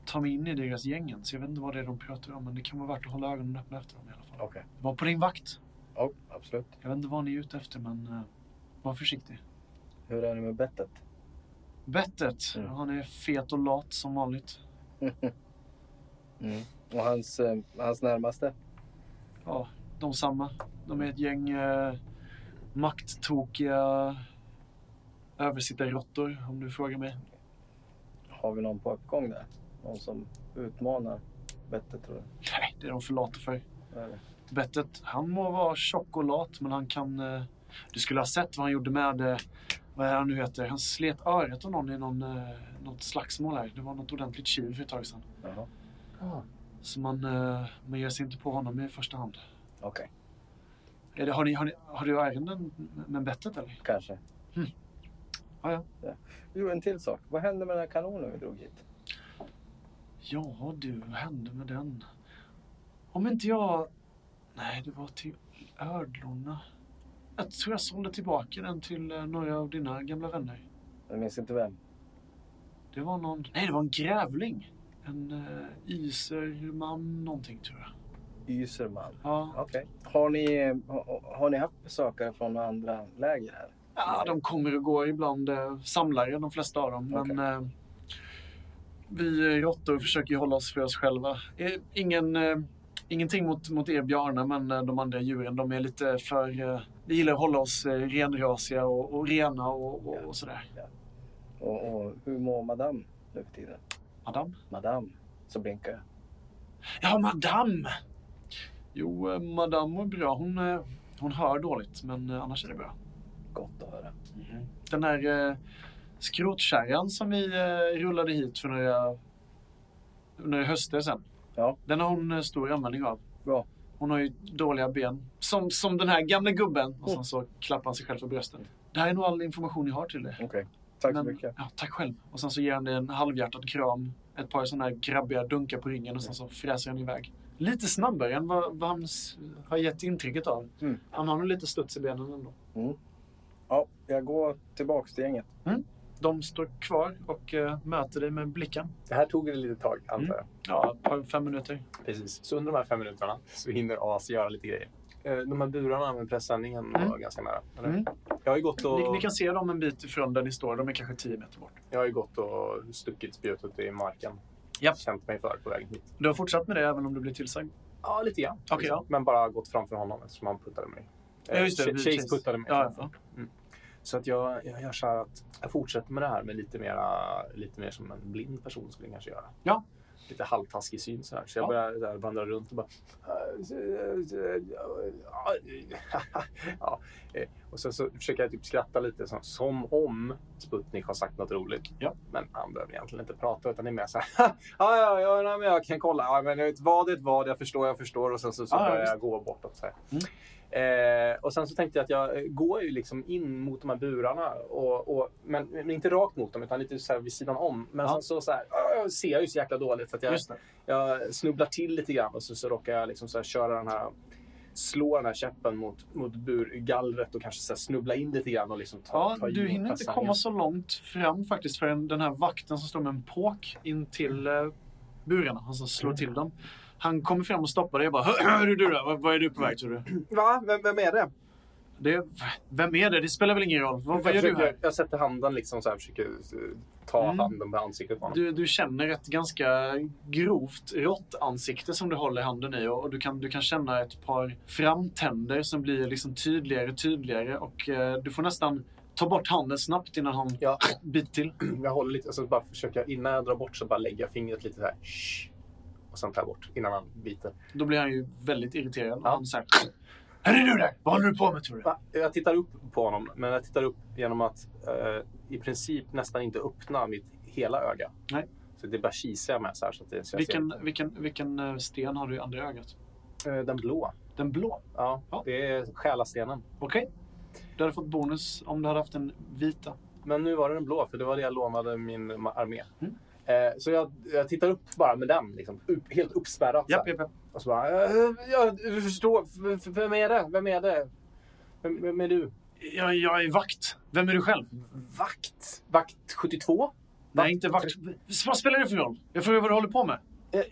[SPEAKER 3] ta mig in i deras gäng än, så jag vet inte vad det är de pratar om, men det kan vara värt att hålla ögonen öppna efter dem i alla fall.
[SPEAKER 6] Okej.
[SPEAKER 3] Var på din vakt.
[SPEAKER 6] Ja, absolut.
[SPEAKER 3] Jag vet inte vad ni är ute efter, men eh, var försiktig.
[SPEAKER 6] Hur är det med bettet?
[SPEAKER 3] Bettet,
[SPEAKER 6] Mm.
[SPEAKER 3] han är fet och lat som vanligt.
[SPEAKER 6] Mm. Och hans, eh, hans närmaste?
[SPEAKER 3] Ja, de samma. De är ett gäng eh, makttokiga översittarråttor, om du frågar mig.
[SPEAKER 6] Har vi någon på uppgång där? Någon som utmanar bettet tror
[SPEAKER 3] Nej, det är de för lata för.
[SPEAKER 6] du? Eller?
[SPEAKER 3] Bettet, han må vara tjock och lat, men han kan... Eh, du skulle ha sett vad han gjorde med... Eh, vad är han nu heter? Han slet örat av någon i någon, eh, något slagsmål här. Det var något ordentligt tjuv för ett tag sedan.
[SPEAKER 6] Jaha.
[SPEAKER 3] Så man, eh, man ger sig inte på honom i första hand.
[SPEAKER 6] Okej,
[SPEAKER 3] Är det, har, ni, har, ni, har du ärenden med bettet eller?
[SPEAKER 6] kanske.
[SPEAKER 3] Mm. Ja, ja.
[SPEAKER 6] Jo, en till sak. Vad hände med den här kanonen vi drog hit?
[SPEAKER 3] Ja du, vad hände med den? Om inte jag... Nej, det var till ödlorna. Jag tror jag sålde tillbaka den till eh, några av dina gamla vänner.
[SPEAKER 6] Jag minns inte vem.
[SPEAKER 3] Det var någon... Nej, det var en grävling. En uh, iserman någonting tror jag.
[SPEAKER 6] Yserman.
[SPEAKER 3] Ja.
[SPEAKER 6] Okej. Har, ni, eh, ha- har ni haft besökare från andra läger här?
[SPEAKER 3] ja, de kommer och går ibland. eh, samlare, de flesta av dem. Men eh, vi eh, råttor försöker ju hålla oss för oss själva. Eh, ingen, eh, ingenting mot, mot er björnar, men eh, de andra djuren, de är lite för... eh, vi gillar att hålla oss eh, renrasiga och, och rena och, och, och sådär.
[SPEAKER 6] Och, och hur mår madame nu för tiden?
[SPEAKER 3] Adam?
[SPEAKER 6] Madame, så blinkar jag.
[SPEAKER 3] Ja, madame! Jo, eh, madame mår bra. Hon, eh, hon hör dåligt, men eh, annars är det bra.
[SPEAKER 6] Gott att höra.
[SPEAKER 3] Den här eh, skrotkärran som vi eh, rullade hit för några, några höster sedan.
[SPEAKER 6] Ja.
[SPEAKER 3] Den har hon eh, stor användning av.
[SPEAKER 6] Bra.
[SPEAKER 3] Hon har ju dåliga ben. Som, som den här gamla gubben. Och
[SPEAKER 6] Mm.
[SPEAKER 3] sen så klappar han sig själv för bröstet. Det här är nog all information jag har till dig.
[SPEAKER 6] Okej. Tack så
[SPEAKER 3] Men-
[SPEAKER 6] mycket.
[SPEAKER 3] Ja, tack själv. Och sen så ger han dig en halvhjärtad kram. Ett par sådana här grabbiga dunkar på ryggen och sen så fräser han iväg. Lite snabbare än vad, vad han s- har gett intrycket av.
[SPEAKER 6] Mm.
[SPEAKER 3] Han har nog lite studs i benen ändå.
[SPEAKER 6] Ja, jag går tillbaks till gänget.
[SPEAKER 3] De står kvar och eh, möter dig med blicken.
[SPEAKER 8] Det här tog ett litet tag, antar
[SPEAKER 3] Mm.
[SPEAKER 8] jag.
[SPEAKER 3] Ja, ett par fem minuter.
[SPEAKER 8] Precis. Så under de här fem minuterna så hinner As göra lite grejer. Eh, De här burarna med pressändningen var
[SPEAKER 3] Mm.
[SPEAKER 8] ganska nära. eller?
[SPEAKER 3] Mm.
[SPEAKER 8] Jag har ju gått och...
[SPEAKER 3] Ni, ni kan se dem en bit ifrån där ni står. De är kanske tio meter bort.
[SPEAKER 8] Jag har ju gått och stuckit spjutet i marken.
[SPEAKER 3] Japp.
[SPEAKER 8] Känt mig för på vägen hit.
[SPEAKER 3] Du har fortsatt med det även om du blir tillsagd.
[SPEAKER 8] Ja, lite grann.
[SPEAKER 3] Okej, ja.
[SPEAKER 8] Men bara gått framför honom eftersom han puttade mig.
[SPEAKER 3] Ja, just det.
[SPEAKER 8] Ch- Chase,
[SPEAKER 3] Chase.
[SPEAKER 8] puttade mig.
[SPEAKER 3] Ja, ja.
[SPEAKER 8] Så att jag, jag gör så här att jag fortsätter med det här men lite, mera, lite mer som en blind person skulle kanske göra.
[SPEAKER 3] Ja.
[SPEAKER 8] Lite halvtaskig syn så här. Så jag
[SPEAKER 3] Ja.
[SPEAKER 8] börjar där, vandra runt och bara... *laughs* Ja. eh, Och sen så försöker jag typ skratta lite som, som om Sputnik har sagt något roligt.
[SPEAKER 3] Ja.
[SPEAKER 8] Men han behöver egentligen inte prata utan det är mer så här... *laughs* Ja, ja, ja, nej, men jag kan kolla. Ja, men jag vet vad det är ett vad, jag förstår, jag förstår. Och sen så, så
[SPEAKER 3] Ja, ja,
[SPEAKER 8] börjar
[SPEAKER 3] visst.
[SPEAKER 8] jag gå bortåt så här. Eh, och sen så tänkte jag att jag eh, går ju liksom in mot de här burarna. Och, och, men, men inte rakt mot dem, utan lite så här vid sidan om. Men
[SPEAKER 3] Ja.
[SPEAKER 8] sen så, så här, "Åh, ser jag ju så jäkla dåligt. Så att jag,
[SPEAKER 3] Just det.
[SPEAKER 8] jag snubblar till lite grann och så, så råkar jag liksom så här köra den här slå den här käppen mot, mot burgallret och kanske så här snubbla in lite grann och liksom ta,
[SPEAKER 3] Ja,
[SPEAKER 8] ta i
[SPEAKER 3] du
[SPEAKER 8] och
[SPEAKER 3] hinner inte
[SPEAKER 8] passa
[SPEAKER 3] komma
[SPEAKER 8] in.
[SPEAKER 3] så långt fram faktiskt förrän den här vakten som står med en påk in till eh, burarna, han som slår till dem. Han kommer fram och stoppar dig och bara "Hör- Hörru du då, vad- vad är du på väg tror du?
[SPEAKER 8] Va? Vem, vem är det?
[SPEAKER 3] Det, vem är det? Det spelar väl ingen roll. Vad, vad
[SPEAKER 8] jag,
[SPEAKER 3] gör du
[SPEAKER 8] försöker,
[SPEAKER 3] här?
[SPEAKER 8] jag sätter handen liksom så här, försöker eh, ta
[SPEAKER 3] Mm.
[SPEAKER 8] handen på ansiktet på honom.
[SPEAKER 3] Du, du känner ett ganska grovt råttansikte som du håller handen i och, och du, kan, du kan känna ett par framtänder som blir liksom tydligare och tydligare och eh, du får nästan ta bort handen snabbt innan han
[SPEAKER 8] Ja.
[SPEAKER 3] *clears throat* biter till.
[SPEAKER 8] Jag håller lite, alltså bara försöker, jag- innan jag drar bort så bara lägger jag fingret lite så här. "Shh", Och sen tar jag bort innan han biter.
[SPEAKER 3] Då blir han ju väldigt irriterad.
[SPEAKER 8] Ja.
[SPEAKER 3] Han så här, Här är du där! Vad håller du på med tror du?
[SPEAKER 8] Va? Jag tittar upp på honom, men jag tittar upp genom att eh, i princip nästan inte öppna mitt hela öga.
[SPEAKER 3] Nej.
[SPEAKER 8] Så det bara kisar jag med så här. Så att det, så jag
[SPEAKER 3] Vilken, vilken, vilken eh, sten har du i andra ögat?
[SPEAKER 8] ser. Eh, Den blå.
[SPEAKER 3] Den blå.
[SPEAKER 8] Ja,
[SPEAKER 3] Ja.
[SPEAKER 8] det är själastenen.
[SPEAKER 3] Okej. Du hade fått bonus om du hade haft den vita.
[SPEAKER 8] Men nu var det den blå, för det var det jag lånade min ma- armé.
[SPEAKER 3] Mm.
[SPEAKER 8] Eh, så jag, jag tittar upp bara med den, liksom, upp, helt uppspärrat. så här.
[SPEAKER 3] japp, japp.
[SPEAKER 8] Och så bara, eh, jag förstår, v- v- vem är det? Vem är det? Vem, vem är du?
[SPEAKER 3] Jag, jag är vakt. Vem är du själv?
[SPEAKER 8] Vakt? Vakt 72?
[SPEAKER 3] Nej, inte vakt. Vad spelar det för roll? Jag frågar vad du håller på med.
[SPEAKER 8] Eh, eh,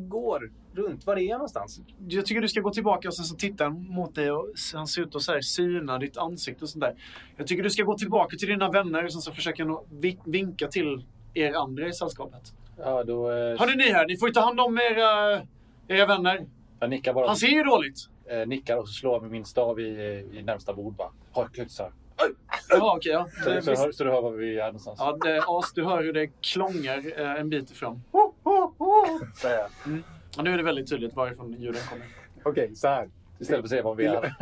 [SPEAKER 8] går runt. Var är jag någonstans?
[SPEAKER 3] Jag tycker du ska gå tillbaka och sen så titta mot dig och s- han ser ut att så här syna ditt ansikte och sånt där. Jag tycker du ska gå tillbaka till dina vänner och sen så försöka nå- vi- vinka till er andra i sällskapet.
[SPEAKER 5] Ja, då, eh,
[SPEAKER 3] Hörni ni här, ni får ju ta hand om era, era vänner.
[SPEAKER 5] jag nickar bara.
[SPEAKER 3] Han ser ju dåligt.
[SPEAKER 5] eh, nickar och så slår jag med min stav i, i närmsta bord. Bara. Har jag knut så här.
[SPEAKER 3] Ja, okej. ja.
[SPEAKER 5] Så,
[SPEAKER 3] Det-
[SPEAKER 5] så, hör, så du hör var vi är någonstans.
[SPEAKER 3] Ja, det, as, du hör hur det klångar eh, en bit ifrån.
[SPEAKER 7] säger jag.
[SPEAKER 3] Och nu är det väldigt tydligt varifrån ljuden kommer.
[SPEAKER 6] Okej, så här.
[SPEAKER 5] Istället för att säga vad vi är.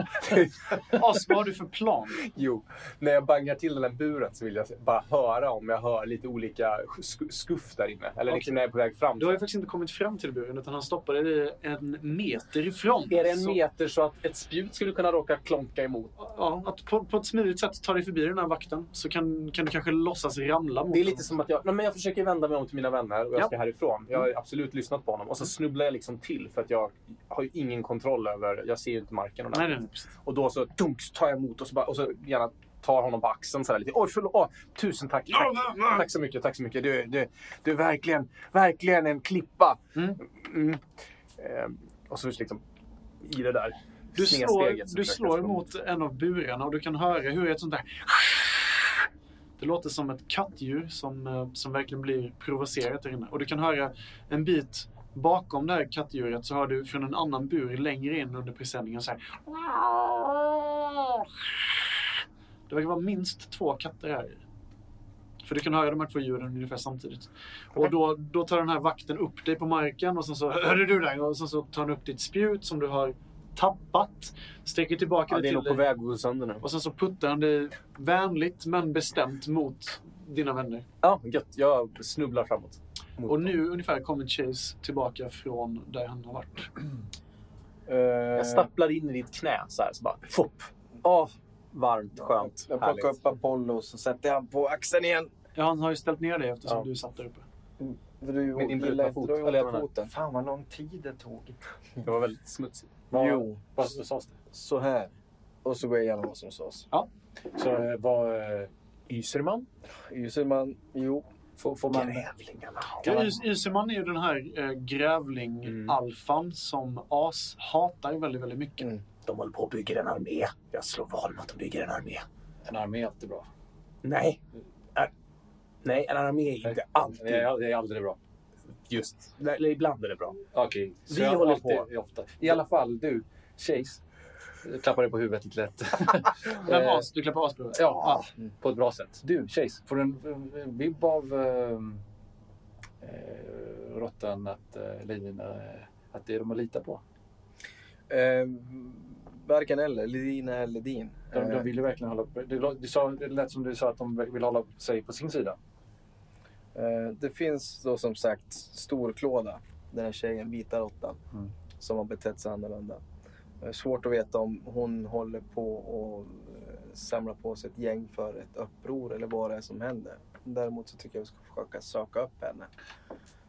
[SPEAKER 3] As, vad har du för plan?
[SPEAKER 6] Jo, när jag bangar till den här buren så vill jag bara höra om jag hör lite olika sku- skuff där inne. Eller liksom när jag är på väg fram.
[SPEAKER 3] Du har ju faktiskt inte kommit fram till buren utan han stoppade dig en meter ifrån.
[SPEAKER 5] Är det en
[SPEAKER 3] Så-
[SPEAKER 5] meter så att ett spjut skulle kunna råka klonka emot?
[SPEAKER 3] Ja, att på, på ett smidigt sätt ta dig förbi den här vakten så kan, kan du kanske låtsas ramla mot
[SPEAKER 5] Det är
[SPEAKER 3] den.
[SPEAKER 5] lite som att jag, nej, men jag försöker vända mig om till mina vänner och jag
[SPEAKER 3] Ja.
[SPEAKER 5] ska härifrån. Jag
[SPEAKER 8] Mm.
[SPEAKER 5] har absolut lyssnat på honom och så snubblar jag liksom till för att jag har ju ingen kontroll över, jag ser ju inte marken. Och,
[SPEAKER 3] Nej, nej, nej. precis.
[SPEAKER 5] och då så dunk, så tar jag emot och så, bara, och så gärna tar honom på axeln så här lite. Oj, förlåt. Åh, tusen tack. Tack, tack så mycket. Tack så mycket. Du, du, du är verkligen, verkligen en klippa.
[SPEAKER 3] Mm.
[SPEAKER 5] Mm. Ehm, och så liksom i det där
[SPEAKER 3] Du
[SPEAKER 5] snedsteget
[SPEAKER 3] slår,
[SPEAKER 5] så
[SPEAKER 3] du
[SPEAKER 5] försöker
[SPEAKER 3] slår
[SPEAKER 5] jag slå
[SPEAKER 3] mot en av burarna och du kan höra hur ett sånt där... Det låter som ett kattdjur som, eh, som verkligen blir provocerat där inne. Och du kan höra en bit bakom det här kattdjuret så hör du från en annan bur längre in under presenningen så här... Det verkar vara minst två katter här i. För du kan höra de här två djuren ungefär samtidigt. Och då, då tar den här vakten upp dig på marken och sen så hörru du där och sen så tar han upp ditt spjut som du har tappat. Sträcker tillbaka
[SPEAKER 6] Ja,
[SPEAKER 3] det
[SPEAKER 6] det är
[SPEAKER 3] till
[SPEAKER 6] nog på
[SPEAKER 3] dig.
[SPEAKER 6] väg att gå sönder nu.
[SPEAKER 3] Och sen så puttar han dig vänligt men bestämt mot dina vänner.
[SPEAKER 5] Ja, gött. Jag snubblar framåt.
[SPEAKER 3] Och nu ungefär kommer Chase tillbaka från där han har varit.
[SPEAKER 6] Eh,
[SPEAKER 3] Ehm.
[SPEAKER 5] Jag stapplar in i ditt knä så här. Så bara, fopp.
[SPEAKER 6] Åh,
[SPEAKER 5] Varmt, skönt,
[SPEAKER 6] jag
[SPEAKER 5] härligt.
[SPEAKER 6] plockar upp Apollo och så sätter jag han på axeln igen.
[SPEAKER 3] Ja, han har ju ställt ner dig eftersom
[SPEAKER 6] Ja.
[SPEAKER 3] du satt där uppe.
[SPEAKER 6] För du
[SPEAKER 5] Med din brutna
[SPEAKER 6] gillar inte
[SPEAKER 5] fot,
[SPEAKER 6] att dra ihop
[SPEAKER 5] eller jag
[SPEAKER 6] den här.
[SPEAKER 5] foten.
[SPEAKER 7] Fan vad lång tid det tog.
[SPEAKER 5] Det var väldigt smutsigt.
[SPEAKER 6] Jo,
[SPEAKER 5] Vad vad sades det?
[SPEAKER 6] så här. Och så går jag igenom vad som sades.
[SPEAKER 5] Så eh, vad... eh, Yser man?
[SPEAKER 6] Yseman, jo.
[SPEAKER 5] Får, får man... Kan man-
[SPEAKER 3] Ys- Yseman är ju den här eh, grävling-alfan som As hatar väldigt, väldigt mycket.
[SPEAKER 6] Mm.
[SPEAKER 9] De håller på att bygga en armé. Jag slår val med att de bygger en armé.
[SPEAKER 5] En armé är alltid bra.
[SPEAKER 9] Nej. Ä- Nej, en armé är inte
[SPEAKER 5] Det
[SPEAKER 9] alltid.
[SPEAKER 5] är, det är aldrig bra.
[SPEAKER 9] Typ. Just. Eller ibland är det bra.
[SPEAKER 5] Okej. så
[SPEAKER 9] Vi
[SPEAKER 5] jag-
[SPEAKER 9] håller
[SPEAKER 5] alltid-
[SPEAKER 9] på.
[SPEAKER 5] är Ofta. I alla fall, du, Chase. Jag klappar dig på huvudet lite
[SPEAKER 9] *laughs*
[SPEAKER 5] lätt.
[SPEAKER 3] Vem
[SPEAKER 5] Eh,
[SPEAKER 3] As? Du klappar As på huvudet?
[SPEAKER 5] Ja,
[SPEAKER 9] Mm.
[SPEAKER 5] på ett bra sätt. Du, Chase, får du en eh, vibb av eh, eh, råttan att eh, lejonen, eh, att det är de att lita på?
[SPEAKER 6] Eh, varken eller. Ledin är Ledin.
[SPEAKER 5] De, de
[SPEAKER 6] Eh,
[SPEAKER 5] vill ju verkligen hålla... Du, lå- du sa, det lät som du sa att de vill hålla sig på sin sida.
[SPEAKER 6] Eh, Det finns då som sagt storklåda, den här tjejen, vita råttan,
[SPEAKER 5] Mm.
[SPEAKER 6] som har betett sig annorlunda. Eh, Svårt att veta om hon håller på och eh, samla på sig ett gäng för ett uppror eller vad det är som händer. Däremot så tycker jag vi ska försöka söka upp henne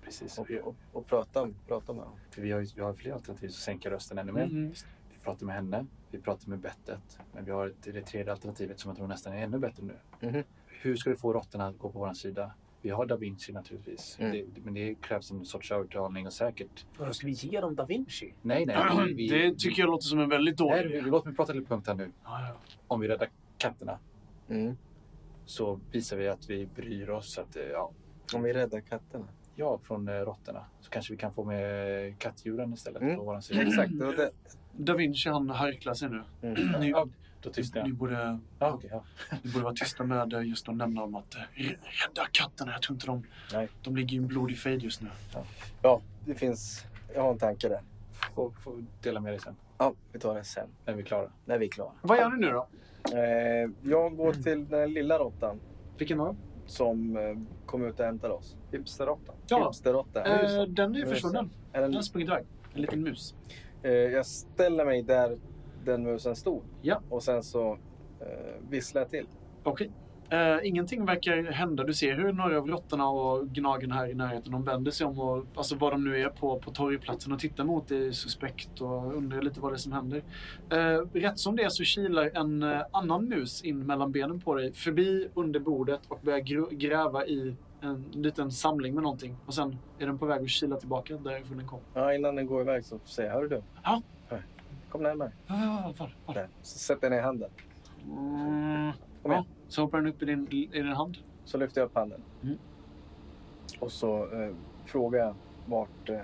[SPEAKER 5] Precis.
[SPEAKER 6] och, och, och prata, prata med henne.
[SPEAKER 5] För vi har ju vi har fler alternativ som sänker rösten ännu mer.
[SPEAKER 3] Mm.
[SPEAKER 5] Vi pratar med henne, vi pratar med bettet. Men vi har ett, det tredje alternativet som jag tror nästan är ännu bättre nu.
[SPEAKER 6] Mhm.
[SPEAKER 5] Hur ska vi få råttorna att gå på vår sida? Vi har da Vinci naturligtvis.
[SPEAKER 6] Mm.
[SPEAKER 5] Det, men det krävs en sorts övertalning och säkert...
[SPEAKER 9] Men då ska vi ge dem da Vinci.
[SPEAKER 3] *clears throat*
[SPEAKER 5] Nej, nej. Vi, vi,
[SPEAKER 3] Det tycker jag låter som en väldigt dålig
[SPEAKER 5] nej,
[SPEAKER 3] idé.
[SPEAKER 5] vi- Låt mig prata lite punkt här nu.
[SPEAKER 3] Ja, ja.
[SPEAKER 5] Om vi räddar katterna
[SPEAKER 6] Mm.
[SPEAKER 5] så visar vi att vi bryr oss. Att, eh, ja,
[SPEAKER 6] Om vi räddar katterna.
[SPEAKER 5] ja, från eh, råttorna. Så kanske vi kan få med kattdjuren istället
[SPEAKER 6] Mm.
[SPEAKER 5] på vår sida.
[SPEAKER 6] Exakt, det var det.
[SPEAKER 3] Da Vinci han harklar sig nu.
[SPEAKER 6] Mm.
[SPEAKER 3] Ni,
[SPEAKER 5] Ja, då tystnar
[SPEAKER 3] ni,
[SPEAKER 5] jag.
[SPEAKER 3] borde,
[SPEAKER 5] Ja, okej, ja.
[SPEAKER 3] ni borde vara tysta med eh, just att nämna om att eh, rädda katterna. Jag tror inte de...
[SPEAKER 6] Nej.
[SPEAKER 3] De ligger i en blodig fejd just nu.
[SPEAKER 6] Ja, det finns, jag har en tanke där.
[SPEAKER 5] får, får dela med dig sen
[SPEAKER 6] Ja, vi tar det sen
[SPEAKER 5] när vi är klara.
[SPEAKER 6] när vi är klara.
[SPEAKER 3] Vad gör ni nu då?
[SPEAKER 6] Eh, jag går till den här lilla råttan
[SPEAKER 3] Vilken var det?
[SPEAKER 6] som eh, kom ut och hämtade ous.
[SPEAKER 7] Hipsterråtta.
[SPEAKER 3] Ja,
[SPEAKER 6] Hipsterråtta.
[SPEAKER 3] eh, den är
[SPEAKER 6] Nu är det
[SPEAKER 3] försvunnen.
[SPEAKER 6] Är den-
[SPEAKER 3] Den har sprungit iväg. En liten mus.
[SPEAKER 6] Eh, jag ställer mig där den musen stod.
[SPEAKER 3] Ja.
[SPEAKER 6] Och sen så eh, visslar jag till.
[SPEAKER 3] Okej. Eh, ingenting verkar hända. Du ser hur några av råttorna och gnagen här i närheten de vänder sig om och alltså vad de nu är på, på torgplatsen och tittar mot är suspekt och undrar lite vad det är som händer. Eh, rätt som det är så kilar en eh, annan mus in mellan benen på dig, förbi under bordet och börjar gr- gräva i en liten samling med någonting. Och sen är den på väg att kila tillbaka därifrån den kom.
[SPEAKER 6] Ja, innan den går iväg så säger jag, hör du.
[SPEAKER 3] Ja.
[SPEAKER 6] Hör. Kom närmare.
[SPEAKER 3] Ah, var, var.
[SPEAKER 6] Där. Så sätter jag ner handen.
[SPEAKER 3] Mm.
[SPEAKER 6] Kom igen.
[SPEAKER 3] Ja, så hoppar den upp i din, i din hand.
[SPEAKER 6] Så lyfter jag upp handen.
[SPEAKER 3] Mm.
[SPEAKER 6] Och så eh, frågar jag vart eh,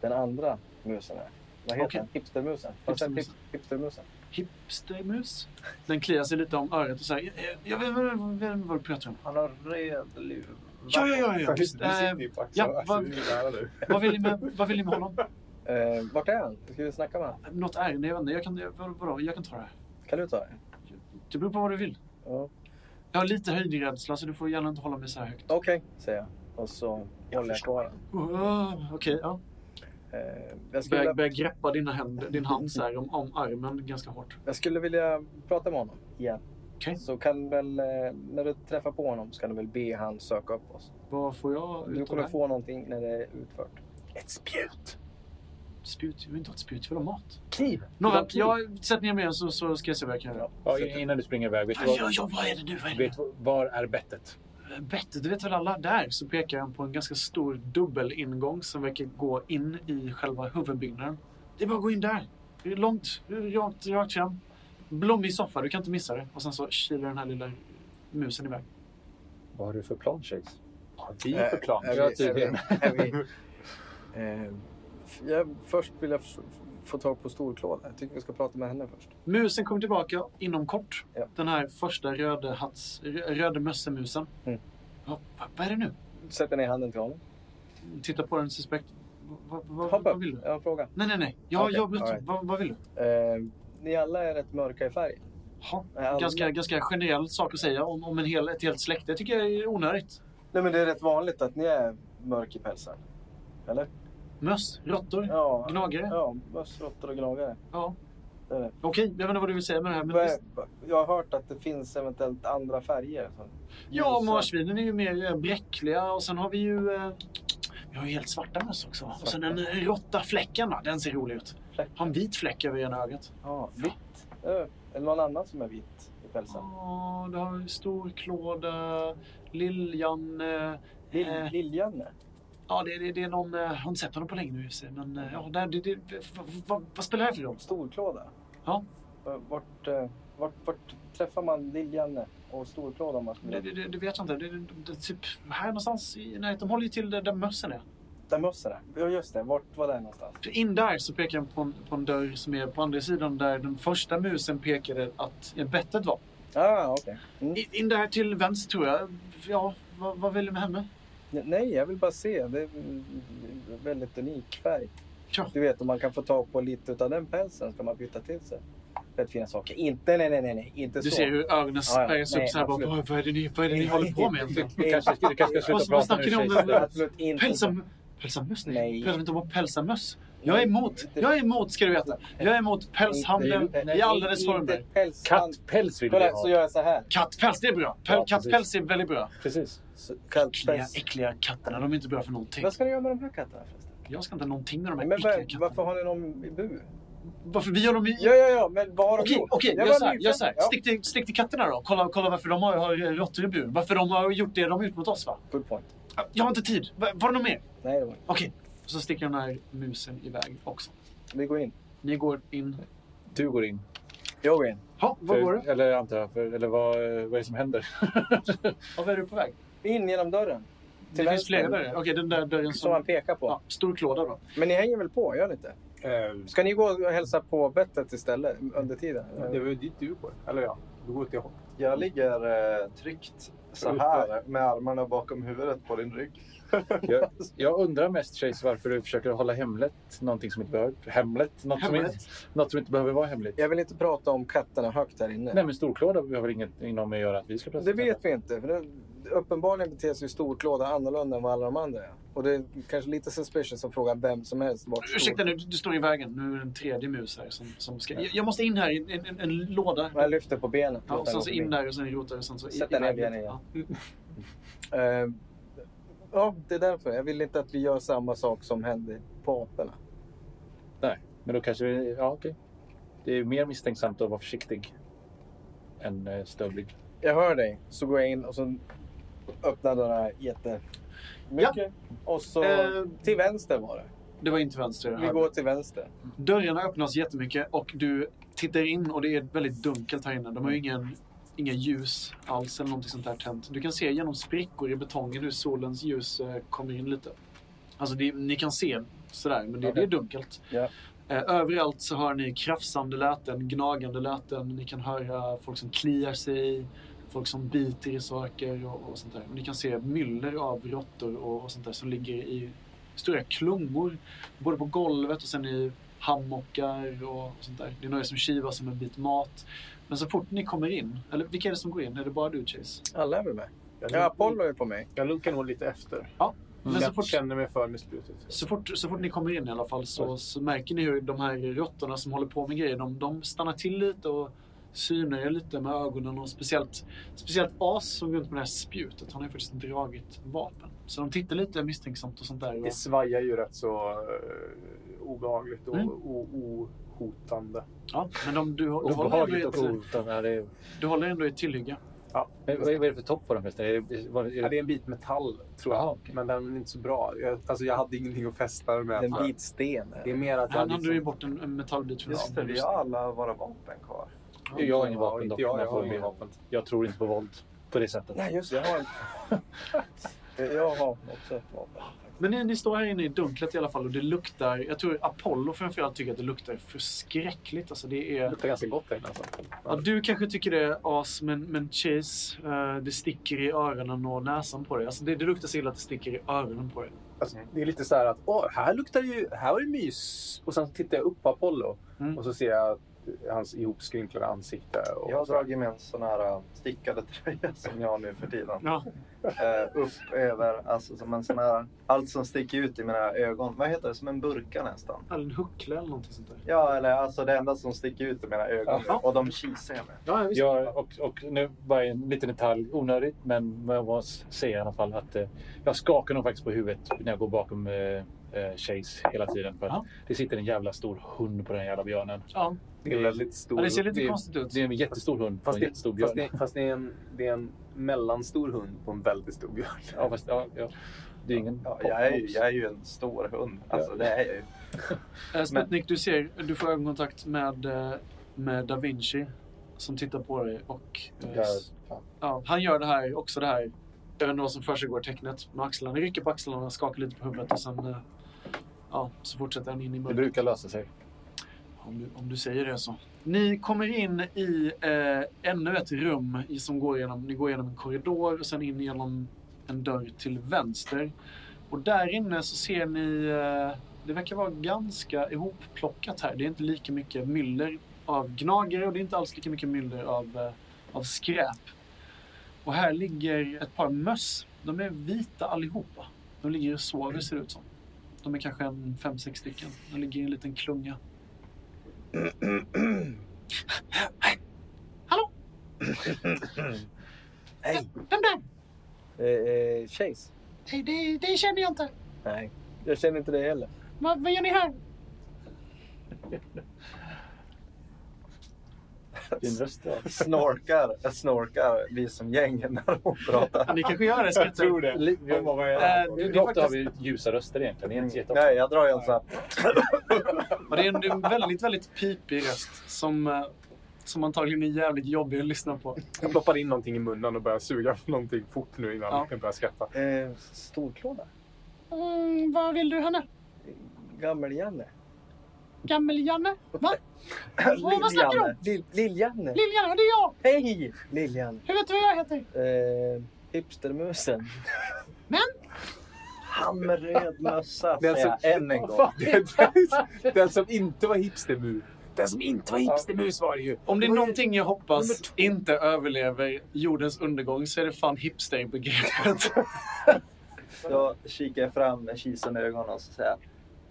[SPEAKER 6] den andra musen är. Vad heter
[SPEAKER 3] Okej.
[SPEAKER 6] den? Hipstermusen? Har du sett
[SPEAKER 3] Hipstermusen.
[SPEAKER 6] hip- hipstermusen?
[SPEAKER 3] Hipstermus. Den kliar sig lite om örat och säger "Eh, jag, jag, jag, jag vet inte vad du pratar om.
[SPEAKER 6] Han har röd luva.
[SPEAKER 3] Ja, ja, ja, ja. Visst, eh, ja, vad- vad, vill ni med, vad vill ni med honom?
[SPEAKER 6] Eh, vart är han? Ska vi snacka med honom?
[SPEAKER 3] Något ärende? Jag vet inte. Jag kan, jag, vad- vadå, jag kan ta det. här.
[SPEAKER 6] Kan du ta det?
[SPEAKER 3] Det beror på vad du vill.
[SPEAKER 6] Ja.
[SPEAKER 3] Jag har lite höjdrädsla så du får gärna inte hålla mig så här högt.
[SPEAKER 6] Okej, säger jag. Och så håller jag kvar den.
[SPEAKER 3] Oh, Okej, ja.
[SPEAKER 6] Eh, jag, skulle,
[SPEAKER 3] Börjar
[SPEAKER 6] vilja-
[SPEAKER 3] börjar greppa dina händer, din hand så här om, om armen ganska hårt.
[SPEAKER 6] jag skulle vilja prata med honom igen.
[SPEAKER 3] Okej.
[SPEAKER 6] Så kan väl, eh, när du träffar på honom så kan du väl be han söka upp oss.
[SPEAKER 3] Vad får jag
[SPEAKER 6] Du
[SPEAKER 3] ut av det
[SPEAKER 6] kommer
[SPEAKER 3] här?
[SPEAKER 6] få någonting när det är utfört.
[SPEAKER 9] Ett spjut.
[SPEAKER 3] Spjut? Jag vill inte ha ett spjut, jag vill ha mat.
[SPEAKER 9] Kniv.
[SPEAKER 3] Nåväl, jag sätter ner mig så, så ska jag se vad jag kan göra.
[SPEAKER 5] Ja, in- innan du springer iväg, vet du
[SPEAKER 3] Ja, ja,
[SPEAKER 5] vad,
[SPEAKER 3] ja, vad är det nu? Vad är det nu?
[SPEAKER 5] vet, du var är bettet?
[SPEAKER 3] Bättre, du vet väl alla där? Så pekar han på en ganska stor dubbelingång som verkar gå in i själva huvudbyggnaden. Det är bara att gå in där. Det är långt, rakt, rakt fram. Blommig soffa, du kan inte missa det. Och sen så kilar den här lilla musen iväg.
[SPEAKER 5] Vad har du för plan, Chase?
[SPEAKER 8] Har vi
[SPEAKER 6] Eh,
[SPEAKER 8] för plan?
[SPEAKER 6] Är vi-
[SPEAKER 5] Ja,
[SPEAKER 6] är vi-
[SPEAKER 5] tydligen.
[SPEAKER 6] är vi- eh, f- jag, först vill jag f- få tag på Storklåda. Jag tycker vi ska prata med henne först.
[SPEAKER 3] Musen kommer tillbaka inom kort.
[SPEAKER 6] Ja.
[SPEAKER 3] Den här första röde, hats, rö- röde mössemusen.
[SPEAKER 6] Mm.
[SPEAKER 3] Ja, vad, vad är det nu?
[SPEAKER 6] Sätter ner handen till honom.
[SPEAKER 3] Titta på den suspekt. Vad, vad, vad,
[SPEAKER 6] Hoppa
[SPEAKER 3] vad
[SPEAKER 6] upp.
[SPEAKER 3] vill du?
[SPEAKER 6] Jag har en fråga.
[SPEAKER 3] Nej, nej, nej. Jag,
[SPEAKER 6] Okej,
[SPEAKER 3] jag blott,
[SPEAKER 6] all right.
[SPEAKER 3] vad, vad vill du?
[SPEAKER 6] Eh, ni alla är rätt mörka i färgen.
[SPEAKER 3] Ha.
[SPEAKER 6] Är alla-
[SPEAKER 3] Ganska, ganska generell sak att säga om, om en hel, ett helt släkte. Det tycker jag är onödigt.
[SPEAKER 6] Nej, men det är rätt vanligt att ni är mörk i pälsen. Eller?
[SPEAKER 3] Möss, råttor,
[SPEAKER 6] Ja.
[SPEAKER 3] gnagare.
[SPEAKER 6] Ja, möss, råttor och gnagare.
[SPEAKER 3] Ja.
[SPEAKER 6] Det är det.
[SPEAKER 3] Okej, jag vet inte vad du vill säga med det här. Men
[SPEAKER 6] Vad är-
[SPEAKER 3] visst.
[SPEAKER 6] Jag har hört att det finns eventuellt andra färger. så-
[SPEAKER 3] Ja,
[SPEAKER 6] ljusa.
[SPEAKER 3] marsvinen är ju mer eh, bräckliga och sen har vi ju... eh, Vi har ju helt svarta möss också. Och sen den eh, råttafläcken, va? den ser rolig ut.
[SPEAKER 6] Fläck.
[SPEAKER 3] Har en vit fläck över ena ögat.
[SPEAKER 6] Ja, vitt. Eh, Eller någon annan som är vit i pälsen.
[SPEAKER 3] Ja, du har ju storklåda, liljan... eh,
[SPEAKER 6] Lil,
[SPEAKER 3] eh,
[SPEAKER 6] Liljanne?
[SPEAKER 3] Ja, det, det, det är någon... eh, Jag har inte sett honom på länge nu i och för sig, men eh, ja, det, det, det, vad, vad, vad spelar det här för roll?
[SPEAKER 6] Storklåda?
[SPEAKER 3] Ja.
[SPEAKER 6] Eh, Vart, eh, vart, vart träffar man Liljanne och Storklåda om man skulle
[SPEAKER 3] Det,
[SPEAKER 6] vilja?
[SPEAKER 3] det, det, det vet jag inte. Det, det, det, typ här någonstans i närheten. De håller ju till där, där mössen är.
[SPEAKER 6] Där mössen är? Ja, just det. Vart var det någonstans?
[SPEAKER 3] In där så pekar han på en, på en dörr som är på andra sidan där den första musen pekade att bettet var.
[SPEAKER 6] Ah, okej. Mm.
[SPEAKER 3] In, in där till vänster tror jag. Ja, vad, vad vill du med henne?
[SPEAKER 6] Nej, jag vill bara se. Det är en väldigt unik färg.
[SPEAKER 3] Ja.
[SPEAKER 6] Du vet, om man kan få tag på lite av den pälsen ska man byta till sig. Rätt fina saker. Inte, nej, nej, nej, nej. inte
[SPEAKER 3] Du
[SPEAKER 6] så.
[SPEAKER 3] ser hur ögonen
[SPEAKER 6] Ja, ja.
[SPEAKER 3] spärras upp
[SPEAKER 6] Nej,
[SPEAKER 3] så här. Bara,
[SPEAKER 6] absolut.
[SPEAKER 3] vad, vad är det ni, vad är det ni håller på med egentligen?
[SPEAKER 5] Du kanske, du kanske ska
[SPEAKER 3] Vad-
[SPEAKER 5] sluta
[SPEAKER 3] vad
[SPEAKER 5] prata nu,
[SPEAKER 3] snackar ni om?
[SPEAKER 5] Chase.
[SPEAKER 6] Absolut inte.
[SPEAKER 3] Pälsam, pälsamöss?
[SPEAKER 6] Nej.
[SPEAKER 3] Nej. Pratar vi inte om att pälsamöss? Jag är emot, jag är emot ska du veta. Jag är emot pälshandeln i alla dess
[SPEAKER 6] Inte
[SPEAKER 3] former.
[SPEAKER 6] pälsband.
[SPEAKER 5] Kattpäls vill vi
[SPEAKER 6] Kolla, så
[SPEAKER 5] ha.
[SPEAKER 6] gör jag så här.
[SPEAKER 3] Kattpäls, det är bra. Päl,
[SPEAKER 5] Ja, precis.
[SPEAKER 3] kattpäls är väldigt bra.
[SPEAKER 5] Precis.
[SPEAKER 6] Så-
[SPEAKER 3] Äckliga,
[SPEAKER 6] Kattpäls.
[SPEAKER 3] äckliga katterna, de är inte bra för någonting.
[SPEAKER 6] Vad ska ni göra med de här katterna förresten?
[SPEAKER 3] Jag ska inte ha någonting med de här
[SPEAKER 6] Men
[SPEAKER 3] äckliga
[SPEAKER 6] var,
[SPEAKER 3] katterna.
[SPEAKER 6] varför har ni dem i bur?
[SPEAKER 3] Varför vi har dem i...
[SPEAKER 6] Ja, ja, ja, men vad har de
[SPEAKER 3] Okej,
[SPEAKER 6] gjort?
[SPEAKER 3] okej,
[SPEAKER 6] Jag
[SPEAKER 3] gör
[SPEAKER 6] var
[SPEAKER 3] så här,
[SPEAKER 6] nyfiken.
[SPEAKER 3] gör så här. Stick, till, stick till katterna då. Kolla, kolla varför de har, har råttor i bur. Varför de har gjort det de har gjort mot oss va?
[SPEAKER 6] Ja, good point.
[SPEAKER 3] Jag har inte tid. Va- Var det något mer?
[SPEAKER 6] Nej, det var inte.
[SPEAKER 3] Okej. Och Så sticker den här musen iväg också.
[SPEAKER 6] Vi går in.
[SPEAKER 3] Ni går in.
[SPEAKER 5] Du går in.
[SPEAKER 6] Jag går in.
[SPEAKER 3] Ja, vad
[SPEAKER 5] För-
[SPEAKER 3] var det?
[SPEAKER 5] Eller antar jag. För, eller vad, vad är det som händer?
[SPEAKER 3] Och var är du på väg?
[SPEAKER 6] In genom dörren.
[SPEAKER 3] Det
[SPEAKER 6] Till
[SPEAKER 3] finns
[SPEAKER 6] vänster.
[SPEAKER 3] flera dörrar. Okej, den där dörren
[SPEAKER 6] Som han
[SPEAKER 3] som...
[SPEAKER 6] pekar på.
[SPEAKER 3] Ja, stor klåda då.
[SPEAKER 6] Men ni hänger väl på, gör ni inte?
[SPEAKER 3] Eh,
[SPEAKER 6] Ska ni gå och hälsa på bettet istället under tiden?
[SPEAKER 8] Det var ju dit du går. Eller ja, du går åt det hållet.
[SPEAKER 7] Jag ligger eh, tryggt så här med armarna bakom huvudet på din rygg.
[SPEAKER 6] *laughs*
[SPEAKER 5] Jag, jag undrar mest, Chase, varför du försöker hålla hemligt någonting som inte behöver... Hemligt? Något, Som, inte, något som inte behöver vara hemligt.
[SPEAKER 6] Jag vill inte prata om katterna högt här inne.
[SPEAKER 5] Nej, men storklåda behöver inget inom att göra att vi ska
[SPEAKER 6] Det
[SPEAKER 5] presentera.
[SPEAKER 6] vet vi inte. För det, uppenbarligen beter sig storklåda annorlunda än vad alla de andra är. Och det är kanske lite suspicious att fråga vem som helst vart Stor-
[SPEAKER 3] Ursäkta nu, du står i vägen. Nu är det en tredje mus här som, som ska... Jag, jag måste in här i en, en, en låda.
[SPEAKER 6] Jag lyfter på benet.
[SPEAKER 3] Ja, och
[SPEAKER 6] Utan
[SPEAKER 3] sen
[SPEAKER 6] att
[SPEAKER 3] så
[SPEAKER 6] gå
[SPEAKER 3] in där och sen rotar och sen så... i-
[SPEAKER 6] Sätta ner
[SPEAKER 3] iväg lite.
[SPEAKER 6] benen igen.
[SPEAKER 3] Ja.
[SPEAKER 6] Eh, ja, det är därför. Jag vill inte att vi gör samma sak som hände på aporna.
[SPEAKER 5] Men då kanske vi... Ja, okej. Det är mer misstänksamt att vara försiktig än eh, stövlig.
[SPEAKER 6] Jag hör dig, så går jag in och så öppnar dörrarna jättemycket. Och så
[SPEAKER 3] Eh.
[SPEAKER 6] till vänster var det.
[SPEAKER 3] Det var inte vänster.
[SPEAKER 6] Vi går till vänster.
[SPEAKER 3] Dörrarna öppnas jättemycket och du tittar in och det är väldigt dunkelt här inne. De har
[SPEAKER 6] Mm.
[SPEAKER 3] ju ingen, inga ljus alls eller någonting sånt där tänt. Du kan se genom sprickor i betongen hur solens ljus eh, kommer in lite. Alltså det, ni kan se sådär, men det, det är dunkelt.
[SPEAKER 6] Ja.
[SPEAKER 3] Eh, överallt så hör ni krafsande läten, gnagande läten. Ni kan höra folk som kliar sig, folk som biter i saker och, och sånt där. Och ni kan se myller av råttor och, och sånt där som ligger i stora klungor både på golvet och sen i hammockar och sånt där. Det är några som kivar som en bit mat. Men så fort ni kommer in, eller vilka är det som går in? Är det bara du Chase?
[SPEAKER 6] Alla är väl med?
[SPEAKER 8] Jag,
[SPEAKER 6] Ja, Apollo är på mig.
[SPEAKER 8] jag lunkar nog lite efter.
[SPEAKER 3] Men så
[SPEAKER 8] Jag
[SPEAKER 3] fort,
[SPEAKER 8] känner mig för med sprutet.
[SPEAKER 3] så, fort, så fort ni kommer in i alla fall så, så märker ni hur de här råttorna som håller på med grejer, de, de stannar till lite och synar er lite med ögonen och speciellt, speciellt As som går runt med det här spjutet, han har ju faktiskt dragit vapen. Så de tittar lite misstänksamt och sånt där. Och,
[SPEAKER 8] Det svajar ju rätt så eh, obehagligt och
[SPEAKER 3] Mm.
[SPEAKER 8] o- ohotande.
[SPEAKER 3] ja, men de, du, du, håller
[SPEAKER 5] Obehagligt och
[SPEAKER 3] ändå i ett,
[SPEAKER 5] hotande. Ja, det är-
[SPEAKER 3] du håller ändå i ett tillhygge.
[SPEAKER 5] Men Vad är vad är det för topp på den förresten? Är det, var, är
[SPEAKER 8] Ja,
[SPEAKER 5] det,
[SPEAKER 8] det är en bit metall, tror jag.
[SPEAKER 5] Jaha, okej.
[SPEAKER 8] Men den är inte så bra. Jag, alltså, jag hade ingenting att fästa den med.
[SPEAKER 6] En bit sten. är
[SPEAKER 8] Det är
[SPEAKER 6] det.
[SPEAKER 8] mer att jag
[SPEAKER 3] Han hann du ju
[SPEAKER 8] liksom...
[SPEAKER 3] bort en, en metallbit från
[SPEAKER 7] Just det,
[SPEAKER 3] armen
[SPEAKER 7] vi har alla våra vapen kvar.
[SPEAKER 5] jag har ingen
[SPEAKER 8] Ja,
[SPEAKER 5] vapen
[SPEAKER 8] inte
[SPEAKER 5] dock.
[SPEAKER 8] jag,
[SPEAKER 5] men
[SPEAKER 8] jag
[SPEAKER 5] får
[SPEAKER 8] har
[SPEAKER 5] väl-
[SPEAKER 8] inget vapen.
[SPEAKER 5] jag tror inte på våld på det sättet.
[SPEAKER 6] Nej, just det. Jag har en... *laughs* Eh, Jag har också ett vapen.
[SPEAKER 3] Men ni, ni står här inne i dunklet i alla fall och det luktar, jag tror Apollo framförallt tycker att det luktar förskräckligt. Alltså det
[SPEAKER 8] Det
[SPEAKER 3] är,
[SPEAKER 8] luktar ganska gott här inne. Alltså.
[SPEAKER 3] ja, du kanske tycker det är as, men, men Chase, eh, det sticker i öronen och näsan på dig. Alltså det, det luktar så illa att det sticker i öronen på dig.
[SPEAKER 8] Alltså, det är lite så här att åh, här luktar det ju, här var det mys. Och sen så tittar jag upp på Apollo
[SPEAKER 3] Mm.
[SPEAKER 8] och så ser jag hans ihopskrynklade ansikte. Och
[SPEAKER 7] Jag har dragit med en sån här äh, stickade *laughs* tröja som jag har nu för tiden.
[SPEAKER 3] Ja.
[SPEAKER 7] Eh, upp över, alltså som en sån här, allt som sticker ut i mina ögon. Vad heter det? Som en burka nästan.
[SPEAKER 3] Eller en huckla eller någonting sånt där.
[SPEAKER 7] Ja, eller alltså det enda som sticker ut i mina ögon nu,
[SPEAKER 3] Jaha.
[SPEAKER 7] och de kisar jag med.
[SPEAKER 3] Ja, visst.
[SPEAKER 5] Ja, och, och nu bara en liten detalj, onödigt, men jag måste säga i alla fall att eh, jag skakar nog faktiskt på huvudet när jag går bakom eh, eh, Chase hela tiden. För att
[SPEAKER 3] Ja.
[SPEAKER 5] Det sitter en jävla stor hund på den jävla björnen.
[SPEAKER 3] Ja.
[SPEAKER 8] Det är en väldigt stor...
[SPEAKER 3] ja, det ser lite
[SPEAKER 8] är-
[SPEAKER 3] konstigt ut.
[SPEAKER 5] Det är en jättestor hund på
[SPEAKER 8] Fast
[SPEAKER 5] en
[SPEAKER 8] det,
[SPEAKER 5] jättestor björn.
[SPEAKER 8] fast, det, fast det är en, det är en mellanstor hund på en väldigt stor björn.
[SPEAKER 5] Ja, fast, ja, ja. Det är ingen
[SPEAKER 7] Ja,
[SPEAKER 5] pop-
[SPEAKER 7] jag, är ju,
[SPEAKER 5] mops.
[SPEAKER 7] jag är ju en stor hund. Alltså det är jag ju.
[SPEAKER 3] Eh, Sputnik, du ser, du får ögonkontakt med, eh, med Da Vinci som tittar på dig och eh,
[SPEAKER 5] Ja,
[SPEAKER 3] s-
[SPEAKER 5] fan.
[SPEAKER 3] ja, han gör det här, också det här. Jag vet inte vad som försiggår i tecknet med axlarna. Han rycker på axlarna, skakar lite på huvudet och sen eh, ja, så fortsätter han in i
[SPEAKER 5] Det
[SPEAKER 3] mörkret.
[SPEAKER 5] brukar lösa sig.
[SPEAKER 3] Om du, om du säger det så. Ni kommer in i eh, ännu ett rum i, som går genom, ni går genom en korridor och sen in genom en dörr till vänster. Och där inne så ser ni, eh, det verkar vara ganska ihopplockat här. Det är inte lika mycket myller av gnagare och det är inte alls lika mycket myller av, eh, av skräp. Och här ligger ett par möss. De är vita allihopa. De ligger och sover ser det ut som. De är kanske en fem, sex stycken. De ligger i en liten klunga.
[SPEAKER 6] Hej!
[SPEAKER 3] Vem där?
[SPEAKER 6] Eh, eh, Chase?
[SPEAKER 3] Nej, det, det känner jag inte.
[SPEAKER 6] Nej, jag känner inte dig heller.
[SPEAKER 3] Vad, vad gör ni här?
[SPEAKER 5] Din röst, ja.
[SPEAKER 7] Snorkar, jag snorkar vi som gäng när hon pratar.
[SPEAKER 3] Ni kanske gör det. Jag tror det.
[SPEAKER 5] Li- vi-
[SPEAKER 3] Eh, det,
[SPEAKER 5] Hur
[SPEAKER 3] det, är
[SPEAKER 5] ofta har
[SPEAKER 3] faktiskt,
[SPEAKER 5] vi ljusa röster egentligen? Det är inte jätteofta.
[SPEAKER 7] Nej, jag drar ju en sån här.
[SPEAKER 3] och det är en det är en väldigt, väldigt pipig röst som, eh, som antagligen är jävligt jobbig att lyssna på.
[SPEAKER 8] Jag ploppar in någonting i munnen och börjar suga på någonting fort nu innan
[SPEAKER 3] Ja.
[SPEAKER 8] jag börjar skratta.
[SPEAKER 6] Eh, storklåda?
[SPEAKER 3] Mm, vad vill du, Hanne?
[SPEAKER 6] *clears throat* Gammel-Janne?
[SPEAKER 3] Gammel-Janne? Va? vad snackar du om?
[SPEAKER 6] Lill-Janne?
[SPEAKER 3] Lill-Janne, det är jag!
[SPEAKER 6] Hej! Lill-Janne.
[SPEAKER 3] Hur vet du vad jag heter?
[SPEAKER 6] Eh, Hipstermusen. Han med röd mössa, säger jag än en gång.
[SPEAKER 8] Fan, den, den, den som inte var hipstermur.
[SPEAKER 9] Den som inte var hipstermus var det ju.
[SPEAKER 3] Om det är någonting jag hoppas inte överlever jordens undergång så är det fan hipsterbegreppet.
[SPEAKER 7] Då kikar jag fram med kisande ögon och så säger jag,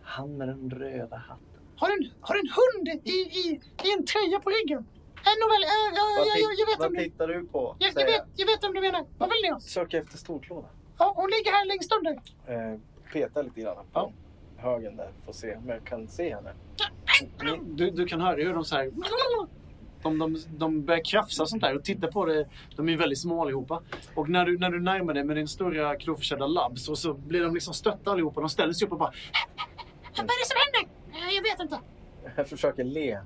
[SPEAKER 6] Han med den röda hatten.
[SPEAKER 10] *laughs* Har en, har en hund i, i, i en tröja på ryggen? Äh, nåväl, äh, jag,
[SPEAKER 7] vad,
[SPEAKER 10] jag, jag, jag,
[SPEAKER 7] titt-
[SPEAKER 10] vet om
[SPEAKER 7] vad
[SPEAKER 10] du,
[SPEAKER 7] tittar *laughs* du på?
[SPEAKER 10] jag, jag,
[SPEAKER 7] säger
[SPEAKER 10] vet, jag vet om du menar. Vad vill ni ha?
[SPEAKER 6] Söker efter storklåda.
[SPEAKER 10] Ja, hon ligger här längst under.
[SPEAKER 6] Eh, peta lite grann på högen där. Får se om jag kan se henne.
[SPEAKER 3] Du, du kan höra hur de så här... De, de, de börjar krafsa och sånt där och titta på det. De är väldigt små allihopa. Och när du, när du närmar dig med din stora kloförsedda labbs och så blir de liksom stötta allihopa. De ställer sig upp och bara...
[SPEAKER 10] Vad är det som händer? Äh, jag vet inte.
[SPEAKER 6] Jag försöker le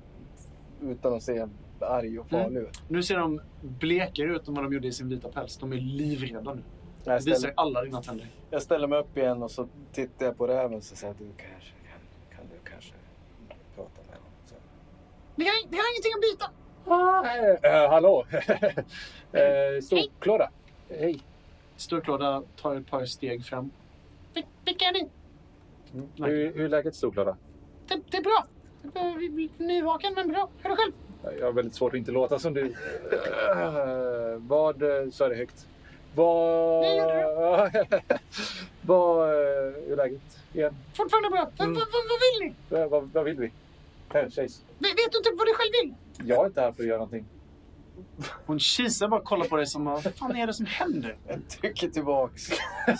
[SPEAKER 6] utan att se arg och farlig ut.
[SPEAKER 3] Nu ser de blekare ut än vad de gjorde i sin vita päls. De är livrädda nu.
[SPEAKER 6] Jag
[SPEAKER 3] Visar
[SPEAKER 6] ställer,
[SPEAKER 3] alla dina tänder.
[SPEAKER 6] jag ställer mig upp igen och så tittar jag på räven och säger jag, du kanske kan, kan du kanske prata med honom. Så.
[SPEAKER 10] Vi har, vi har ingenting att byta.
[SPEAKER 5] Eh, hallå! *laughs* eh, Storklåda. Hej.
[SPEAKER 3] Storklåda tar ett par steg fram.
[SPEAKER 10] Vi, vilka är ni?
[SPEAKER 5] Hur, hur är läget Storklåda?
[SPEAKER 10] Det, det är bra. Eh, vi- vi- Nyvaken, men bra. Hör du själv?
[SPEAKER 5] Jag har väldigt svårt att inte låta som du. Eh, vad... eh, Sa det högt. Vad...
[SPEAKER 10] Nej, gjorde
[SPEAKER 5] *laughs* vad... eh, Hur är läget igen?
[SPEAKER 10] Fortfarande bra. Va-
[SPEAKER 5] Mm.
[SPEAKER 10] va- va- vad vill ni?
[SPEAKER 5] Eh, Vad, vad vill vi? Här, tjejs.
[SPEAKER 10] Ve- Vet du inte vad du själv vill?
[SPEAKER 5] Jag är inte här för att göra någonting.
[SPEAKER 3] Hon kisar bara och kollar på dig som vad fan är det som händer?
[SPEAKER 6] Jag trycker tillbaks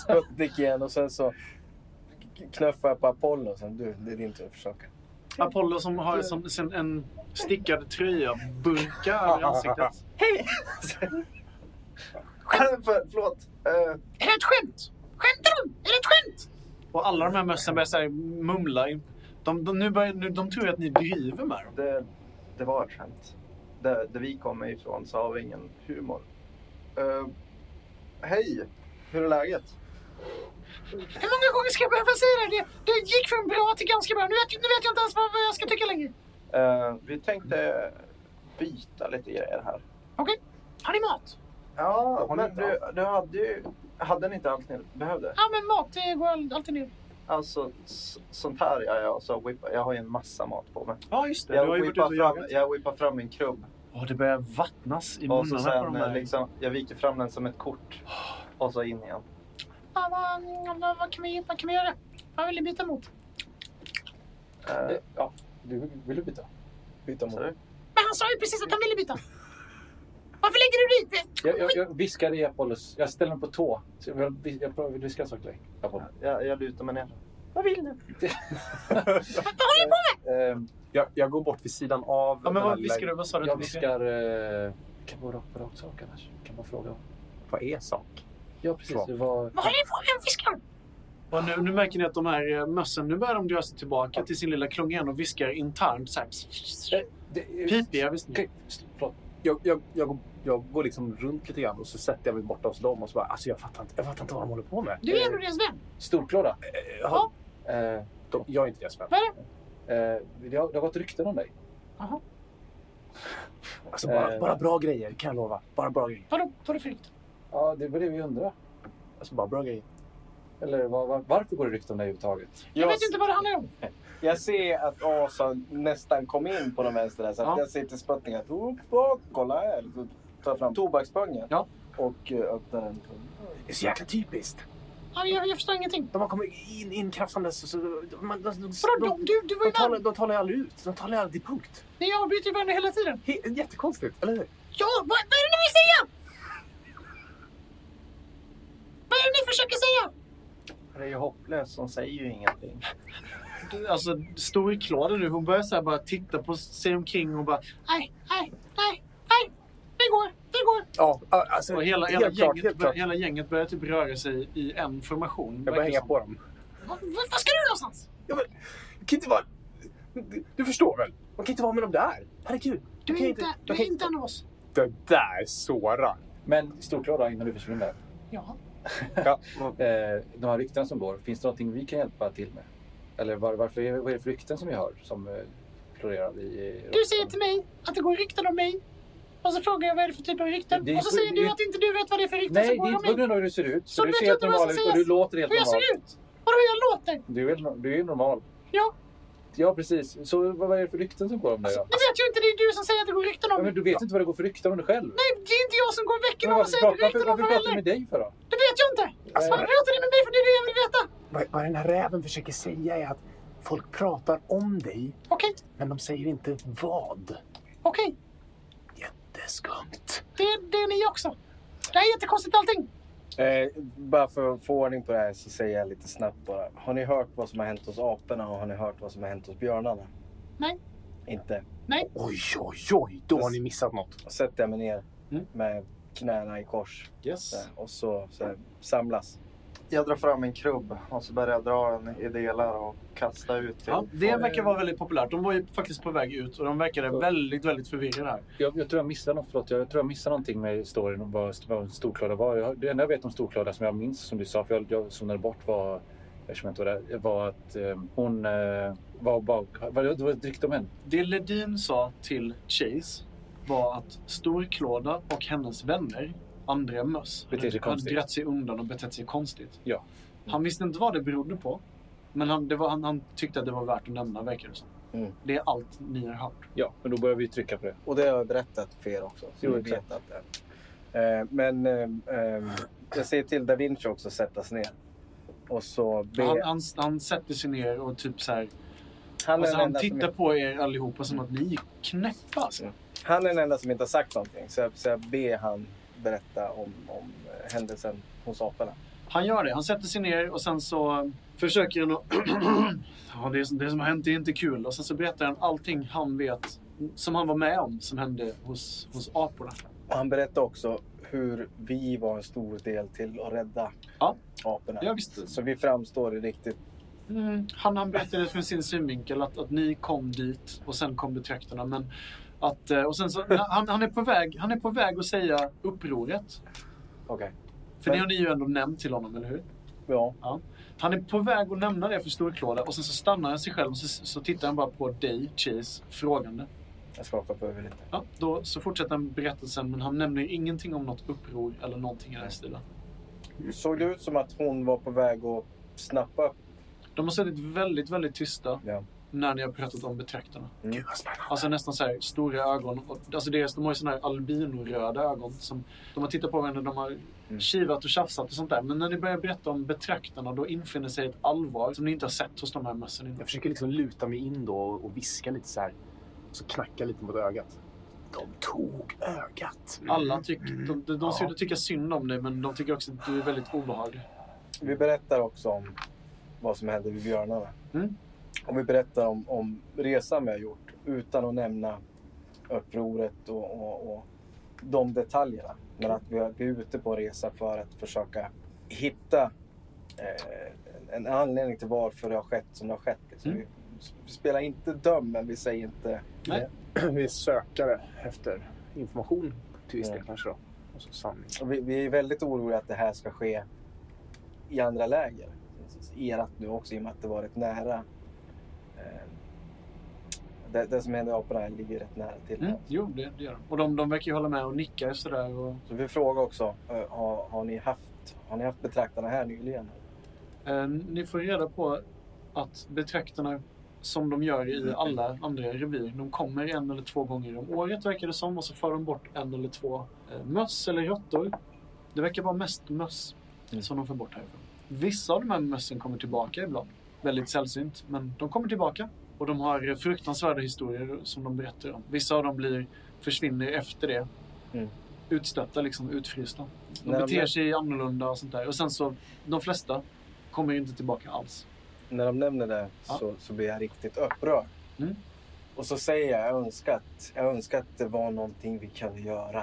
[SPEAKER 6] Sputnik igen och sen så knuffar jag på Apollo och sen du, det är din tur att försöka.
[SPEAKER 3] Apollo som har som, som en stickad tröja, burka
[SPEAKER 6] *laughs*
[SPEAKER 3] över ansiktet.
[SPEAKER 7] jag. För, förlåt. Eh,
[SPEAKER 10] Är det ett skämt? Skämtar du? Är det ett skämt?
[SPEAKER 3] Och alla de här mössen börjar så här mumla. i- De, de, nu börjar, nu, de tror ju att ni driver med dem.
[SPEAKER 7] det, det var ett skämt. Där, där vi kommer ifrån så har vi ingen humor. Eh, Hej! Hur är läget?
[SPEAKER 10] Hur många gånger ska jag behöva säga det? det? Det gick från bra till ganska bra. Nu vet, nu vet jag inte ens vad, vad jag ska tycka längre.
[SPEAKER 7] Eh, vi tänkte byta lite grejer här.
[SPEAKER 10] Har ni mat?
[SPEAKER 7] Ja,
[SPEAKER 5] har ni
[SPEAKER 7] men
[SPEAKER 5] inte
[SPEAKER 7] du, du hade ju... Hade ni inte allt ni behövde?
[SPEAKER 10] Ja, men mat det går all- alltid ner.
[SPEAKER 7] Alltså, s- sånt här gör jag. Så whippa, jag har ju en massa mat på mig.
[SPEAKER 3] Ja, just det. Du har
[SPEAKER 7] Jag
[SPEAKER 3] ju varit ute
[SPEAKER 7] whippar
[SPEAKER 3] och
[SPEAKER 7] fram,
[SPEAKER 3] jagat.
[SPEAKER 7] jag whippar fram min krubb.
[SPEAKER 3] Åh, det börjar vattnas i
[SPEAKER 7] Och så
[SPEAKER 3] munnarna på
[SPEAKER 7] sen,
[SPEAKER 3] de
[SPEAKER 7] eh,
[SPEAKER 3] här.
[SPEAKER 7] liksom, jag viker fram den som ett kort. Och så in igen.
[SPEAKER 10] Ja, vad, vad, vad, kan vi, vad kan vi göra? Vad vill ni byta mot?
[SPEAKER 7] Eh,
[SPEAKER 5] Eh, Ja, du vill du byta?
[SPEAKER 6] Byta mot.
[SPEAKER 7] så du?
[SPEAKER 10] Men han sa ju precis att han ville byta. Varför lägger du dit? det?
[SPEAKER 5] Jag, jag, jag viskar i Apollos. Jag ställer mig på tå. Så jag, vill- jag, jag vill viska en sak till dig. Apollo.
[SPEAKER 7] jag, jag lutar mig ner.
[SPEAKER 10] Vad vill du?
[SPEAKER 5] Eh,
[SPEAKER 8] Jag, jag går bort vid sidan av.
[SPEAKER 3] Ja, men
[SPEAKER 8] den här
[SPEAKER 3] vad
[SPEAKER 8] lilla-
[SPEAKER 3] viskar du? Vad sa du?
[SPEAKER 5] jag
[SPEAKER 3] att du viskar?
[SPEAKER 5] viskar... Eh, kan vara rakt på rakt sak annars. Kan man fråga.
[SPEAKER 8] Vad är sak?
[SPEAKER 5] Ja, precis.
[SPEAKER 8] Svar.
[SPEAKER 5] Det var...
[SPEAKER 10] Vad håller ni på med? Jag fiskar.
[SPEAKER 3] Och nu, nu märker ni att de här eh, mössen, nu börjar de dra sig tillbaka till sin lilla klunga igen och viskar internt. Så här,
[SPEAKER 8] Det,
[SPEAKER 3] pipiga viskningar.
[SPEAKER 8] Okej, förlåt. jag, jag, jag, går- jag går liksom runt lite grann och så sätter jag mig borta hos dem och så bara, alltså jag fattar inte, jag fattar inte vad de håller på med.
[SPEAKER 10] Du är ändå deras vän.
[SPEAKER 5] Storklåda.
[SPEAKER 10] Ja.
[SPEAKER 5] Eh,
[SPEAKER 8] De, jag är inte deras vän.
[SPEAKER 5] eh, det, har, det har gått rykten om dig.
[SPEAKER 9] Alltså bara,
[SPEAKER 5] Eh.
[SPEAKER 9] bara bra grejer, kan jag lova. Bara bra grejer.
[SPEAKER 10] Vadå? Vadå för rykte?
[SPEAKER 5] Ja, det var det vi undrar.
[SPEAKER 9] Alltså bara bra grejer.
[SPEAKER 5] Eller var, var, varför går det rykten om dig överhuvudtaget?
[SPEAKER 10] Jag
[SPEAKER 6] Jag,
[SPEAKER 10] vet inte vad det handlar om.
[SPEAKER 6] jag ser att Asa nästan kom in på den vänster där. Så att
[SPEAKER 3] Ja.
[SPEAKER 6] jag säger till Sputnik att "Upp och kolla här. Så tar jag fram tobaksböngen
[SPEAKER 3] Ja.
[SPEAKER 6] och eh, öppnar den.
[SPEAKER 9] Det är så jäkla typiskt.
[SPEAKER 10] Ja, jag, jag förstår ingenting.
[SPEAKER 9] De har kommit in, in krafsandes och så... De, de, de, de,
[SPEAKER 10] Vadå?
[SPEAKER 9] de,
[SPEAKER 10] De, du, du var
[SPEAKER 9] de,
[SPEAKER 10] ju
[SPEAKER 9] talar,
[SPEAKER 10] där.
[SPEAKER 9] de talar ju aldrig ut. De talar ju aldrig till punkt.
[SPEAKER 10] Ni avbryter ju varandra hela tiden.
[SPEAKER 9] He, jättekonstigt, eller hur?
[SPEAKER 10] Ja, vad, vad är det ni vill säga? Vad är det ni försöker säga?
[SPEAKER 7] Det är ju hopplöst, hon säger ju ingenting.
[SPEAKER 3] Alltså, storklåda nu. Hon börjar så här bara titta på sig omkring och bara...
[SPEAKER 10] Nej, nej, nej, nej. Det går, det går.
[SPEAKER 9] Ja, alltså...
[SPEAKER 3] Och hela, hela,
[SPEAKER 9] helt klart,
[SPEAKER 3] gänget,
[SPEAKER 9] helt
[SPEAKER 3] bör,
[SPEAKER 9] klart.
[SPEAKER 3] hela gänget börjar typ röra sig i en formation. verkar
[SPEAKER 8] Jag börjar hänga
[SPEAKER 3] som.
[SPEAKER 8] på dem.
[SPEAKER 10] Vad, vad, vad ska du någonstans?
[SPEAKER 9] Det kan inte vara... Du, du förstår väl? Man kan inte vara med dem där. Herregud.
[SPEAKER 10] Du
[SPEAKER 9] kan
[SPEAKER 10] är inte,
[SPEAKER 9] de
[SPEAKER 10] du
[SPEAKER 9] kan
[SPEAKER 10] är inte en av oss.
[SPEAKER 8] Det där sårar.
[SPEAKER 5] Men Storklåda, innan du försvinner.
[SPEAKER 10] Ja.
[SPEAKER 5] Eh, de här rykten som går, finns det någonting vi kan hjälpa till med? Eller var, varför är, vad är det för rykten som vi hör som eh, florerar i... i
[SPEAKER 10] Du säger till mig att det går rykten om mig Och så frågar jag vad är det för typ av
[SPEAKER 5] Det
[SPEAKER 10] rykten.
[SPEAKER 5] är-
[SPEAKER 10] Och så säger du att inte du vet vad det är för rykten
[SPEAKER 5] Nej,
[SPEAKER 10] som
[SPEAKER 5] det är
[SPEAKER 10] går
[SPEAKER 5] inte
[SPEAKER 10] om
[SPEAKER 5] på
[SPEAKER 10] mig.
[SPEAKER 5] grund av hur du ser ut.
[SPEAKER 10] Så
[SPEAKER 5] du
[SPEAKER 10] vet
[SPEAKER 5] ser
[SPEAKER 10] jag
[SPEAKER 5] helt
[SPEAKER 10] inte vad jag
[SPEAKER 5] normal
[SPEAKER 10] ska
[SPEAKER 5] ut och
[SPEAKER 10] säga.
[SPEAKER 5] du låter helt
[SPEAKER 10] Hur jag
[SPEAKER 5] normal.
[SPEAKER 10] ser ut! Vadå hur jag låter?
[SPEAKER 5] Du är, du är normal.
[SPEAKER 10] Ja. Alltså,
[SPEAKER 5] Ja, precis. Så vad är det för rykten som går om dig då?
[SPEAKER 10] Det vet ju inte, det är du som säger att det går rykten om
[SPEAKER 5] Ja,
[SPEAKER 10] mig.
[SPEAKER 5] men du vet inte vad det går för rykten om dig själv.
[SPEAKER 10] Nej, det är inte jag som går och väcker
[SPEAKER 5] Men
[SPEAKER 10] någon och
[SPEAKER 5] varför
[SPEAKER 10] säger att
[SPEAKER 5] pratar,
[SPEAKER 10] det går
[SPEAKER 5] varför,
[SPEAKER 10] rykten om
[SPEAKER 5] varför
[SPEAKER 10] mig
[SPEAKER 5] pratar du
[SPEAKER 10] heller.
[SPEAKER 5] med dig för då?
[SPEAKER 10] Det vet jag inte! Alltså, varför pratar ni med mig för det är det jag vill veta?
[SPEAKER 1] Vad, vad den här räven försöker säga är att folk pratar om dig,
[SPEAKER 10] Okej,
[SPEAKER 1] men de säger inte vad.
[SPEAKER 10] okej.
[SPEAKER 1] Jätteskumt.
[SPEAKER 10] Det, det är ni också. Det här är jättekonstigt allting.
[SPEAKER 6] Eh, bara för att få ordning på det här så säger jag lite snabbt bara. Har ni hört vad som har hänt hos aporna och har ni hört vad som har hänt hos björnarna?
[SPEAKER 10] Nej.
[SPEAKER 6] Inte?
[SPEAKER 1] Oj, oj, oj. Då har ni missat något.
[SPEAKER 6] Och sätter jag mig ner
[SPEAKER 3] Mm.
[SPEAKER 6] med knäna i kors
[SPEAKER 3] Yes.
[SPEAKER 6] så här, och så, så här, samlas.
[SPEAKER 7] Jag drar fram en krubb och så börjar jag dra den i delar och kasta ut. till
[SPEAKER 3] Ja, det
[SPEAKER 7] folk.
[SPEAKER 3] verkar vara väldigt populärt. De var ju faktiskt på väg ut och de verkade väldigt, väldigt förvirrade här.
[SPEAKER 5] Jag, jag tror jag missade något. Förlåt, jag, tror jag missade någonting med storyn om vad, vad en storklada var. Jag, det enda jag vet om storklada som jag minns som du sa, för jag, jag zonade bort var, eftersom jag inte var där, var att eh, hon eh, var bak... Var det, det var ett rykte om henne?
[SPEAKER 3] Det Ledin sa till Chase var att Storklåda och hennes vänner, andra möss,
[SPEAKER 5] Beter sig
[SPEAKER 3] hade, hade
[SPEAKER 5] konstigt.
[SPEAKER 3] dragit sig undan och betett sig konstigt.
[SPEAKER 5] Ja.
[SPEAKER 3] Han visste inte vad det berodde på, men han, det var, han, han tyckte att det var värt att nämna, verkar det som.
[SPEAKER 6] Mm.
[SPEAKER 3] Det är allt ni har hört.
[SPEAKER 5] Ja, men då börjar vi trycka på det.
[SPEAKER 6] Och det har jag berättat för er också. Så
[SPEAKER 5] Jo,
[SPEAKER 6] ni
[SPEAKER 5] exakt.
[SPEAKER 6] vet att det är. Eh, men eh, eh, jag säger till Da Vinci också att sätta sig ner. Och så ber
[SPEAKER 3] Han, han, han sätter sig ner och typ så här,
[SPEAKER 6] han, är
[SPEAKER 3] alltså
[SPEAKER 6] den
[SPEAKER 3] han
[SPEAKER 6] enda som
[SPEAKER 3] tittar
[SPEAKER 6] inte,
[SPEAKER 3] på er allihopa som att ni är knäppa. Alltså.
[SPEAKER 6] han är den enda som inte har sagt någonting. Så jag, så jag ber han berätta om, om eh, händelsen hos aporna.
[SPEAKER 3] Han gör det. Han sätter sig ner och sen så försöker han att... *clears throat* ja, det, som- det som har hänt är inte kul. Och sen så berättar han allting han vet som han var med om som hände hos, hos aporna.
[SPEAKER 6] Och han berättade också hur vi var en stor del till att rädda
[SPEAKER 3] Ja.
[SPEAKER 6] aporna.
[SPEAKER 3] Ja, visst.
[SPEAKER 6] Så vi framstår i riktigt.
[SPEAKER 3] Han, han berättade från sin synvinkel att, att ni kom dit och sen kom betraktarna. Men att, eh, och sen så, han, han, är på väg, han är på väg att säga upproret.
[SPEAKER 6] Okej.
[SPEAKER 3] För det har ni ju ändå nämnt till honom, eller hur?
[SPEAKER 6] Ja.
[SPEAKER 3] Han är på väg att nämna det för Storklåda och sen så stannar han sig själv och så, så tittar han bara på dig, Chase, frågande.
[SPEAKER 6] Jag skakar på huvudet lite.
[SPEAKER 3] Ja, då så fortsätter han berättelsen men han nämner ingenting om något uppror eller någonting i den här stilen. Mm.
[SPEAKER 6] Såg det ut som att hon var på väg att snappa upp?
[SPEAKER 3] De har suttit väldigt, väldigt tysta
[SPEAKER 6] Ja.
[SPEAKER 3] när ni har pratat om betraktarna.
[SPEAKER 1] Gud, vad spännande.
[SPEAKER 3] Alltså nästan så här stora ögon. Och, alltså deras, de har ju såna här albinoröda ögon. Som, de har tittat på varandra, de har kivat och tjafsat och sånt där. Men när ni börjar berätta om betraktarna då infinner sig ett allvar som ni inte har sett hos de här mössen innan.
[SPEAKER 9] Jag försöker liksom luta mig in då och och viska lite så här. Och så knacka lite mot ögat.
[SPEAKER 1] De tog ögat.
[SPEAKER 3] Alla tycker, de, de, de ser ut att tycka synd om dig men de tycker också att du är väldigt obehaglig.
[SPEAKER 6] Vi berättar också om vad som hände vid björnarna.
[SPEAKER 3] Mm.
[SPEAKER 6] Och vi berättar om, om resan vi har gjort utan att nämna upproret och, och, och de detaljerna. Men att vi har- vi är ute på en resa för att försöka hitta eh, en anledning till varför det har skett som det har skett. Liksom.
[SPEAKER 3] Mm.
[SPEAKER 6] Vi s- Vi spelar inte döm, men vi säger inte...
[SPEAKER 9] *clears throat* Vi är sökare efter information till viss del
[SPEAKER 6] Mm.
[SPEAKER 9] kanske då. Och så sanning.
[SPEAKER 6] och Vi, vi är väldigt oroliga att det här ska ske i andra läger. Erat nu också, i och med att det var rätt nära. Eh, det, det som hände i aporna ligger rätt nära till.
[SPEAKER 3] Mm, jo, det, det gör de. Och de, de verkar ju hålla med och nickar sådär. Och,
[SPEAKER 6] Så vi frågar också, eh, har, har, ni haft, har ni haft betraktarna här nyligen?
[SPEAKER 3] Eh, Ni får reda på att betraktarna som de gör i alla andra revir, de kommer en eller två gånger om året verkar det som och så för de bort en eller två eh, möss eller råttor. Det verkar vara mest möss
[SPEAKER 6] Mm.
[SPEAKER 3] som de får bort härifrån. Vissa av de här mössen kommer tillbaka ibland. Väldigt sällsynt, men de kommer tillbaka och de har fruktansvärda historier som de berättar om. Vissa av dem blir, försvinner efter det.
[SPEAKER 6] Mm.
[SPEAKER 3] Utstötta, liksom utfrysta. De
[SPEAKER 6] När de-
[SPEAKER 3] beter sig annorlunda och sånt där. Och sen så, de flesta kommer inte tillbaka alls.
[SPEAKER 6] När de nämner det
[SPEAKER 3] Ja.
[SPEAKER 6] så, så blir jag riktigt upprörd.
[SPEAKER 3] Mm.
[SPEAKER 6] Och så säger jag, jag önskar, att, jag önskar att det var någonting vi kunde göra.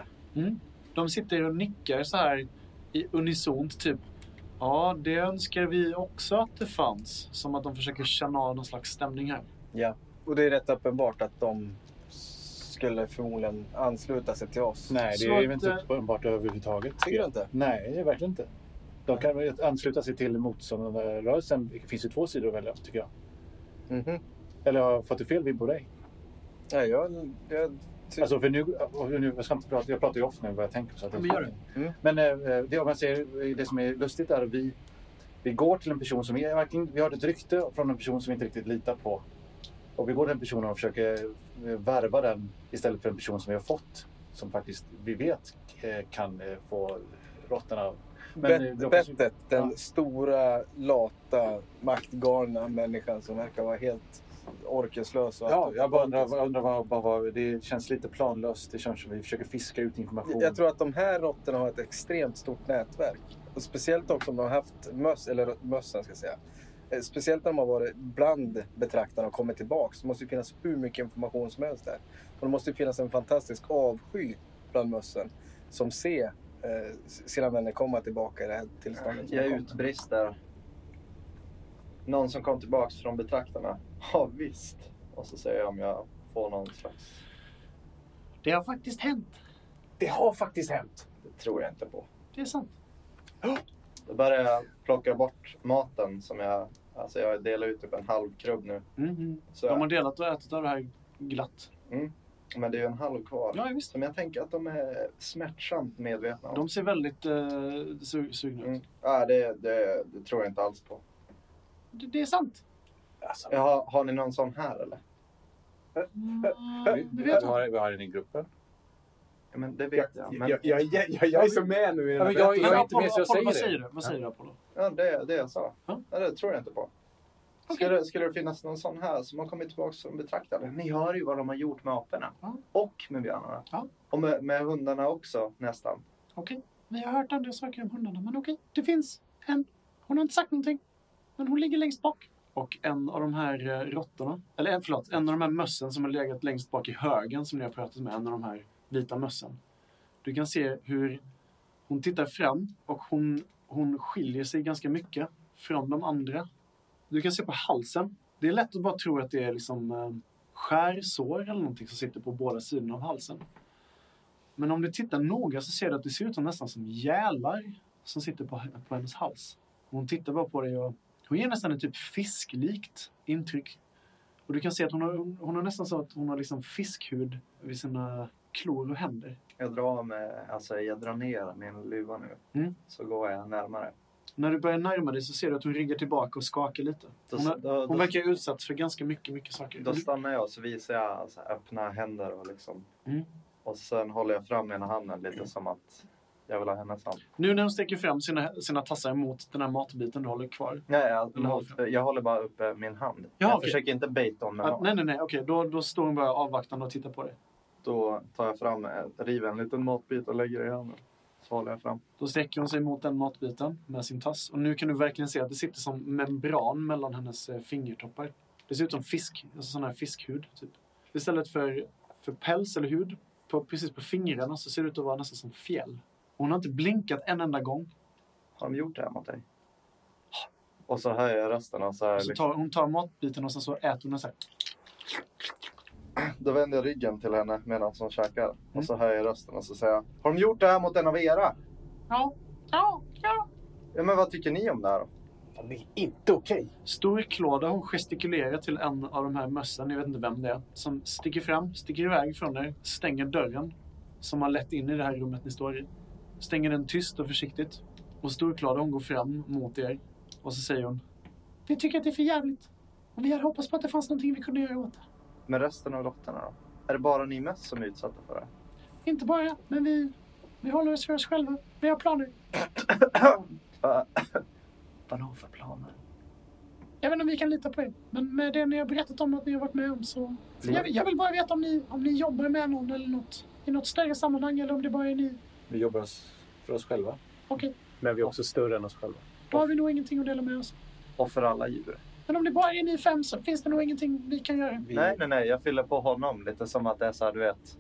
[SPEAKER 3] De sitter och nickar så här i unisont, typ. Ja, det önskar vi också att det fanns. Som att de försöker känna av någon slags stämning här.
[SPEAKER 6] Och det är rätt uppenbart att de skulle förmodligen ansluta sig till oss.
[SPEAKER 5] Nej, det
[SPEAKER 3] Så
[SPEAKER 5] är ju
[SPEAKER 3] att,
[SPEAKER 5] inte
[SPEAKER 3] eh,
[SPEAKER 5] uppenbart överhuvudtaget.
[SPEAKER 6] Tycker du inte?
[SPEAKER 5] Nej, det är verkligen inte. De kan väl ansluta sig till motståndarrörelsen. Det finns ju två sidor att välja på, tycker jag.
[SPEAKER 6] Mhm.
[SPEAKER 5] Eller har jag fått det fel vid på dig?
[SPEAKER 6] Nej, jag, jag
[SPEAKER 5] Alltså för nu, och nu jag, ska inte prata, jag pratar ju ofta nu vad jag tänker. Så att
[SPEAKER 3] Ja, men gör det.
[SPEAKER 5] Mm. Men eh, det, om jag säger, det som är lustigt är att vi, vi går till en person som är, verkligen- vi har ett rykte från en person som vi inte riktigt litar på. Och vi går till den personen och försöker eh, värva den istället för en person som vi har fått. Som faktiskt vi vet eh, kan eh, få råttorna. Men, eh, då
[SPEAKER 6] Bet,
[SPEAKER 5] kanske-
[SPEAKER 6] bettet, den
[SPEAKER 5] Ja.
[SPEAKER 6] stora, lata, maktgalna människan som verkar vara helt orkeslös. och
[SPEAKER 5] Ja,
[SPEAKER 6] allt-
[SPEAKER 5] jag bara undrar, jag undrar vad, vad, vad, det känns lite planlöst. Det känns som vi försöker fiska ut information.
[SPEAKER 6] Jag tror att de här råttorna har ett extremt stort nätverk. Och speciellt också om de har haft möss, eller mössen ska jag säga. Eh, Speciellt när de har varit bland betraktarna och kommit tillbaks. Det måste ju finnas hur mycket information som helst där. Och det måste ju finnas en fantastisk avsky bland mössen som ser eh, sina vänner komma tillbaka i det här tillståndet. som
[SPEAKER 7] Jag
[SPEAKER 6] de kom.
[SPEAKER 7] utbrister. Någon som kom tillbaks från betraktarna. *laughs* Ja visst. Och så säger jag om jag får någon slags...
[SPEAKER 3] Det har faktiskt hänt.
[SPEAKER 9] Det har faktiskt hänt.
[SPEAKER 7] Det tror jag inte på.
[SPEAKER 3] Det är sant.
[SPEAKER 7] Då börjar jag plocka bort maten som jag... Alltså jag delar ut typ en halv krubb nu.
[SPEAKER 5] Mhm.
[SPEAKER 7] Så
[SPEAKER 3] De har
[SPEAKER 7] jag,
[SPEAKER 3] delat och ätit av det här glatt.
[SPEAKER 7] men det är ju en halv kvar.
[SPEAKER 3] Ja, visst.
[SPEAKER 7] Som jag tänker att de är smärtsamt medvetna om.
[SPEAKER 3] De ser väldigt eh, su- sugna ut.
[SPEAKER 7] Mm. Ja, det, det, det tror jag inte alls på.
[SPEAKER 3] Det, det är sant.
[SPEAKER 7] Jag har, har ni någon sån här eller?
[SPEAKER 5] vi,
[SPEAKER 3] det vet
[SPEAKER 5] vi, har, vi har en i gruppen.
[SPEAKER 7] Ja, men det vet jag. Men,
[SPEAKER 9] Jag, jag, jag, jag, jag är så med nu i den
[SPEAKER 5] Ja,
[SPEAKER 9] här
[SPEAKER 5] men jag-
[SPEAKER 9] berättelsen.
[SPEAKER 5] jag- är inte med, så
[SPEAKER 3] Apollo, vad
[SPEAKER 5] säger det.
[SPEAKER 3] säger du? Vad säger du Apollo?
[SPEAKER 7] ja, det, det jag sa.
[SPEAKER 3] Ja.
[SPEAKER 7] Ja, det tror jag inte på. Skulle, skulle det finnas någon sån här som har kommit tillbaka som betraktare? Ni hör ju vad de har gjort med aporna.
[SPEAKER 3] Ja.
[SPEAKER 7] Och med björnarna.
[SPEAKER 3] Ja.
[SPEAKER 7] Och med, med hundarna också nästan.
[SPEAKER 3] Okej, vi har hört andra saker om hundarna, men okej. Det finns en. Hon har inte sagt någonting, men hon ligger längst bak. Och en av de här eh, råttorna, eller eh, förlåt, en av de här mössen som har legat längst bak i högen som ni har pratat med, en av de här vita mössen. Du kan se hur hon tittar fram och hon, hon skiljer sig ganska mycket från de andra. Du kan se på halsen. Det är lätt att bara tro att det är liksom eh, skärsår eller någonting som sitter på båda sidorna av halsen. Men om du tittar noga så ser du att det ser ut som nästan som gälar som sitter på, på hennes hals. Hon tittar bara på dig och hon ger nästan ett typ fisklikt intryck. Och du kan se att hon har, hon, hon har nästan så att hon har liksom fiskhud vid sina klor och händer.
[SPEAKER 7] Jag drar, med, alltså, jag drar ner min luva nu.
[SPEAKER 3] Mm.
[SPEAKER 7] Så går jag närmare.
[SPEAKER 3] När du börjar närma dig så ser du att hon ryggar tillbaka och skakar lite.
[SPEAKER 7] Då,
[SPEAKER 3] Hon, har,
[SPEAKER 7] då,
[SPEAKER 3] hon
[SPEAKER 7] då,
[SPEAKER 3] verkar utsatt för ganska mycket, mycket saker.
[SPEAKER 7] då stannar jag och så visar jag alltså, öppna händer och liksom.
[SPEAKER 3] Mm.
[SPEAKER 7] Och sen håller jag fram ena handen lite som att jag vill ha hennes hand.
[SPEAKER 3] Nu när hon sträcker fram sina, sina tassar mot den här matbiten du håller kvar.
[SPEAKER 7] Nej, jag,
[SPEAKER 3] Eller
[SPEAKER 7] mot, jag håller bara uppe min hand.
[SPEAKER 3] Ja,
[SPEAKER 7] jag
[SPEAKER 3] okej.
[SPEAKER 7] försöker inte baita honom med
[SPEAKER 3] Ah,
[SPEAKER 7] något.
[SPEAKER 3] nej, nej, nej, okej. Då, då står hon bara avvaktande och tittar på dig.
[SPEAKER 7] Då tar jag fram, eh, river en liten matbit och lägger i handen. Så håller jag fram.
[SPEAKER 3] Då sträcker hon sig mot den matbiten med sin tass. Och nu kan du verkligen se att det sitter som membran mellan hennes eh, fingertoppar. Det ser ut som fisk, alltså sån här fiskhud. Typ. Istället för, för päls eller hud, på, precis på fingrarna så ser det ut att vara nästan som fjäll. Och Hon har inte blinkat en enda gång.
[SPEAKER 7] Har de gjort det här mot dig? Och så höjer jag rösten och så här.
[SPEAKER 3] Och Så
[SPEAKER 7] liksom,
[SPEAKER 3] tar, hon tar matbiten och sen så äter hon den så här.
[SPEAKER 7] då vänder jag ryggen till henne medan hon käkar.
[SPEAKER 3] Mm.
[SPEAKER 7] Och så höjer jag rösten och så säger jag. Har de gjort det här mot en av era?
[SPEAKER 10] Ja, ja, ja.
[SPEAKER 7] Ja, men vad tycker ni om det här då?
[SPEAKER 9] Det är inte okej.
[SPEAKER 3] Stor klåda hon gestikulerar till en av de här mössen, jag vet inte vem det är, som sticker fram, sticker iväg från er, stänger dörren som har lett in i det här rummet ni står i. Stänger den tyst och försiktigt. Och Storklada hon går fram mot er och så säger hon
[SPEAKER 10] Vi tycker att det är för jävligt. Och vi hade hoppats på att det fanns någonting vi kunde göra åt det.
[SPEAKER 7] Med resten av lotterna då? Är det bara ni mest som är utsatta för det?
[SPEAKER 10] Inte bara, men vi, vi håller oss för oss själva. Vi har planer.
[SPEAKER 7] Vad har för planer?
[SPEAKER 10] Jag vet inte om vi kan lita på er, men med det ni har berättat om att ni har varit med om så... så jag, jag vill bara veta om ni, om ni jobbar med någon eller något. I något större sammanhang eller om det bara är ni.
[SPEAKER 5] Vi jobbar oss, för oss själva.
[SPEAKER 10] Okej,
[SPEAKER 8] Men vi är också större än oss själva.
[SPEAKER 10] då har vi nog ingenting att dela med oss.
[SPEAKER 7] Och för alla djur?
[SPEAKER 10] Men om det bara är ni fem så finns det nog ingenting vi kan göra.
[SPEAKER 6] Vi-
[SPEAKER 7] Nej, nej, nej. Jag fyller på honom lite som att det är så här, du vet.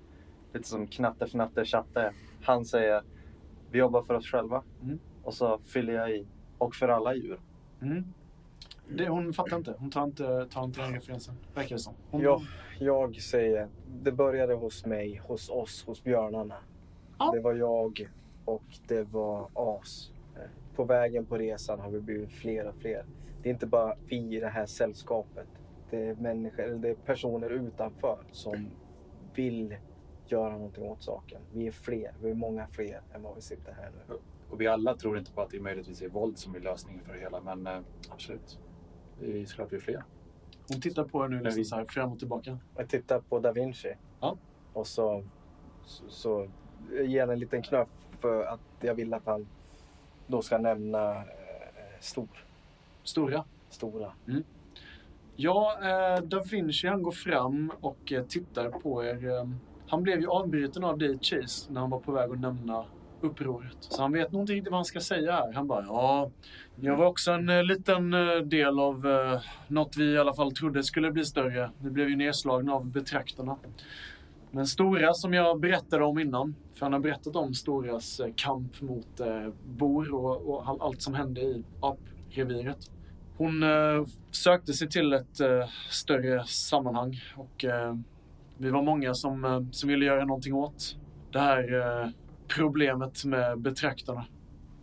[SPEAKER 7] Lite som knatte, fnatte, chatte. Han säger vi jobbar för oss själva.
[SPEAKER 3] Mm.
[SPEAKER 7] Och så fyller jag i. Och för alla djur.
[SPEAKER 3] mm. det, Hon fattar inte, hon tar inte, tar inte den referensen, verkar det som. Hon,
[SPEAKER 6] Ja, jag säger, det började hos mig, hos oss, hos björnarna.
[SPEAKER 10] Ja.
[SPEAKER 6] Det var jag och det var As. På vägen på resan har vi blivit fler och fler. Det är inte bara vi i det här sällskapet. Det är, människor, eller det är personer utanför som vill
[SPEAKER 11] göra någonting åt saken. Vi är fler, vi är många fler än vad vi sitter här nu.
[SPEAKER 5] Och vi alla tror inte på att det möjligtvis är våld som är lösningen för det hela, men eh, absolut. Vi skulle bli fler.
[SPEAKER 3] Hon tittar på er nu liksom så här, fram och tillbaka.
[SPEAKER 11] Jag tittar på Da Vinci.
[SPEAKER 3] Ja.
[SPEAKER 11] Och så, så, så ger han en liten knuff för att jag vill att han då ska nämna eh, stor,
[SPEAKER 3] Stora.
[SPEAKER 11] stora.
[SPEAKER 3] Ja, eh, Da Vinci han går fram och eh, tittar på er. Eh, Han blev ju avbruten av dig, Chase, när han var på väg att nämna upproret. Så han vet nog inte riktigt vad han ska säga här. Han bara, ja, jag var också en eh, liten eh, del av eh, något vi i alla fall trodde skulle bli större. Vi blev ju nedslagna av betraktarna. Men Stora, som jag berättade om innan, för han har berättat om Storas eh, kamp mot eh, Bor och, och all- allt som hände i apreviret. Hon eh, sökte sig till ett eh, större sammanhang och eh, vi var många som, eh, som ville göra någonting åt det här eh, problemet med betraktarna.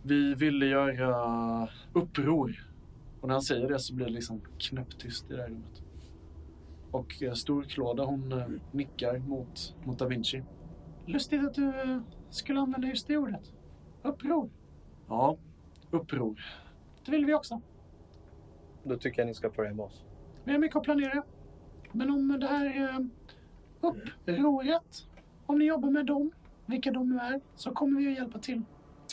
[SPEAKER 3] Vi ville göra uppror. Och när han säger det så blir det liksom knäpptyst i det här rummet. Och eh, Storklåda hon eh, nickar mot, mot Da Vinci.
[SPEAKER 10] Lustigt att du eh, skulle använda just det ordet. Uppror.
[SPEAKER 3] Ja, uppror.
[SPEAKER 10] Det vill vi också.
[SPEAKER 11] Då tycker jag ni ska följa med oss.
[SPEAKER 10] Vi har mycket att planera. Men om det här eh, upproret, om ni jobbar med dem, vilka de nu är, så kommer vi att hjälpa till.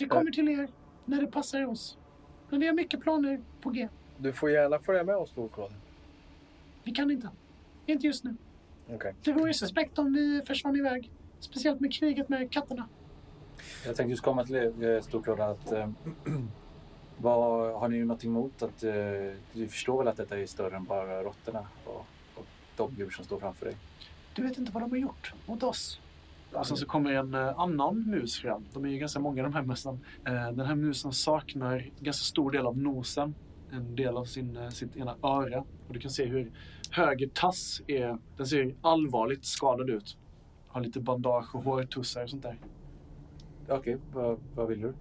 [SPEAKER 10] Vi kommer till er när det passar oss. Men vi har mycket planer på G.
[SPEAKER 11] Du får gärna följa med oss, Storklåda.
[SPEAKER 10] Vi kan inte. Inte just nu.
[SPEAKER 11] Okej.
[SPEAKER 10] Det vore suspekt om vi försvann iväg. Speciellt med kriget med katterna.
[SPEAKER 5] Jag tänkte just komma till er, eh, Storklåda, att eh, *clears throat* vad, har ni ju någonting emot att eh, du förstår väl att detta är större än bara råttorna och, och de djur som står framför dig?
[SPEAKER 10] Du vet inte vad de har gjort mot oss.
[SPEAKER 3] Och sen så kommer en eh, annan mus fram. De är ju ganska många de här mössen. Eh, Den här musen saknar en ganska stor del av nosen. En del av sin, eh, sitt ena öra. Och du kan se hur höger tass är, den ser allvarligt skadad ut. Har lite bandage och hårtussar och sånt där.
[SPEAKER 5] Okej, vad, vad vill du?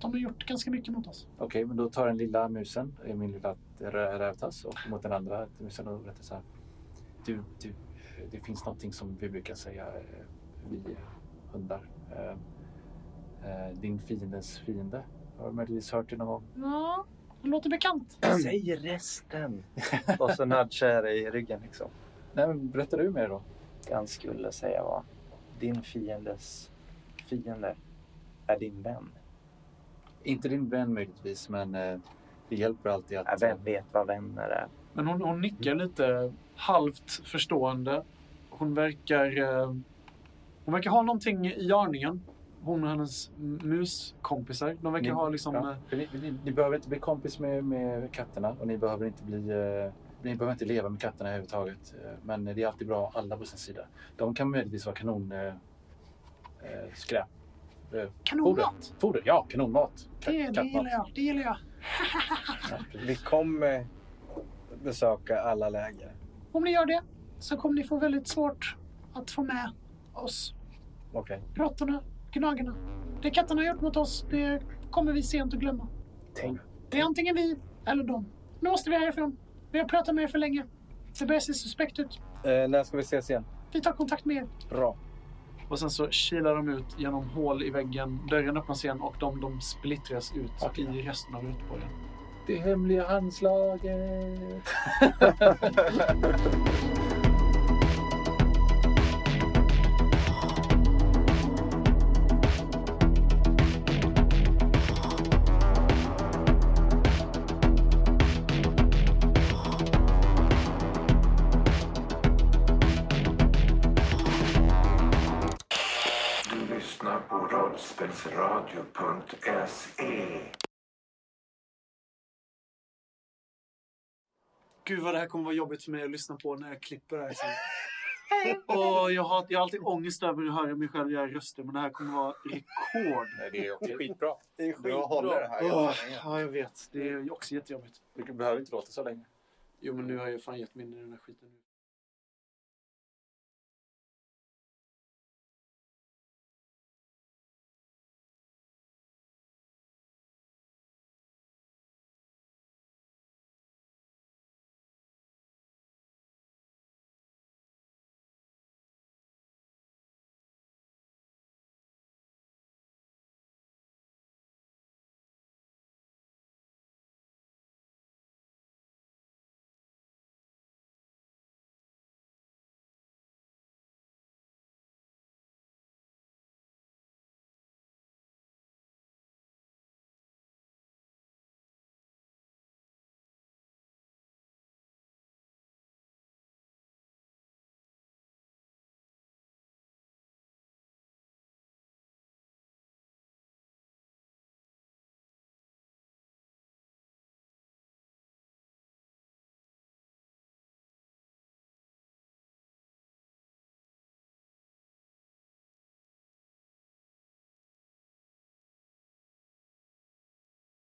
[SPEAKER 10] De har gjort ganska mycket mot oss.
[SPEAKER 5] Okej, men då tar den lilla musen, eh, min lilla rö- rävtass, och mot den andra musen och berättar så här. Du, du, eh, det finns någonting som vi brukar säga, eh, vi eh, hundar. Eh, eh, Din fiendens fiende. Har du möjligtvis hört det någon gång?
[SPEAKER 10] Ja, det låter bekant.
[SPEAKER 7] Säg resten! Och så nudgar jag dig i ryggen liksom.
[SPEAKER 5] Nej, men berätta du mer då.
[SPEAKER 11] Han skulle säga vad?
[SPEAKER 7] Din fiendes fiende är din vän.
[SPEAKER 5] Inte din vän möjligtvis, men eh, det hjälper alltid
[SPEAKER 7] Ja,
[SPEAKER 5] att...
[SPEAKER 7] vem vet vad vänner är?
[SPEAKER 3] Men hon, hon nickar lite halvt förstående. Hon verkar, eh, hon verkar ha någonting i görningen. Hon och hennes m- muskompisar. De verkar
[SPEAKER 5] Ni-
[SPEAKER 3] ha liksom...
[SPEAKER 5] ja.
[SPEAKER 3] eh,
[SPEAKER 5] Ni, ni, ni behöver inte bli kompis med, med katterna och ni behöver inte bli... Eh, ni behöver inte leva med katterna överhuvudtaget. Eh, Men det är alltid bra att ha alla på sin sida. De kan möjligtvis vara kanon... Eh, eh, skräp. Eh,
[SPEAKER 10] Kanonmat!
[SPEAKER 5] Foder. Foder, ja. Kanonmat. Ka-
[SPEAKER 10] Det, det gillar jag. Det gillar jag.
[SPEAKER 5] Ja, precis.
[SPEAKER 11] Vi kommer besöka alla läger.
[SPEAKER 10] Om ni gör det så kommer ni få väldigt svårt att få med oss.
[SPEAKER 11] Okej.
[SPEAKER 10] Råttorna, gnagarna. Det katterna har gjort mot oss, det kommer vi sent att glömma.
[SPEAKER 1] Tänk.
[SPEAKER 10] Det är antingen vi eller dem. Nu måste vi härifrån. Vi har pratat med er för länge. Det börjar se suspekt ut.
[SPEAKER 11] Eh, när ska vi ses igen?
[SPEAKER 10] Vi tar kontakt med er.
[SPEAKER 11] Bra.
[SPEAKER 3] Och sen så kilar de ut genom hål i väggen. Dörren öppnas igen och de, de splittras ut i resten av utborgen.
[SPEAKER 5] Det hemliga handslaget.
[SPEAKER 2] Du lyssnar på rollspelsradio.se.
[SPEAKER 3] Gud vad det här kommer vara jobbigt för mig att lyssna på när jag klipper det här sen. Och jag, har, jag har alltid ångest över att höra mig själv göra röster men det här kommer vara rekord.
[SPEAKER 5] Nej, det är skitbra.
[SPEAKER 6] Det är skitbra.
[SPEAKER 3] här ja, jag vet. Det är ju också jättejobbigt.
[SPEAKER 5] Du behöver inte låta så länge.
[SPEAKER 3] Jo, men nu har jag fan gett mig in i den här skiten.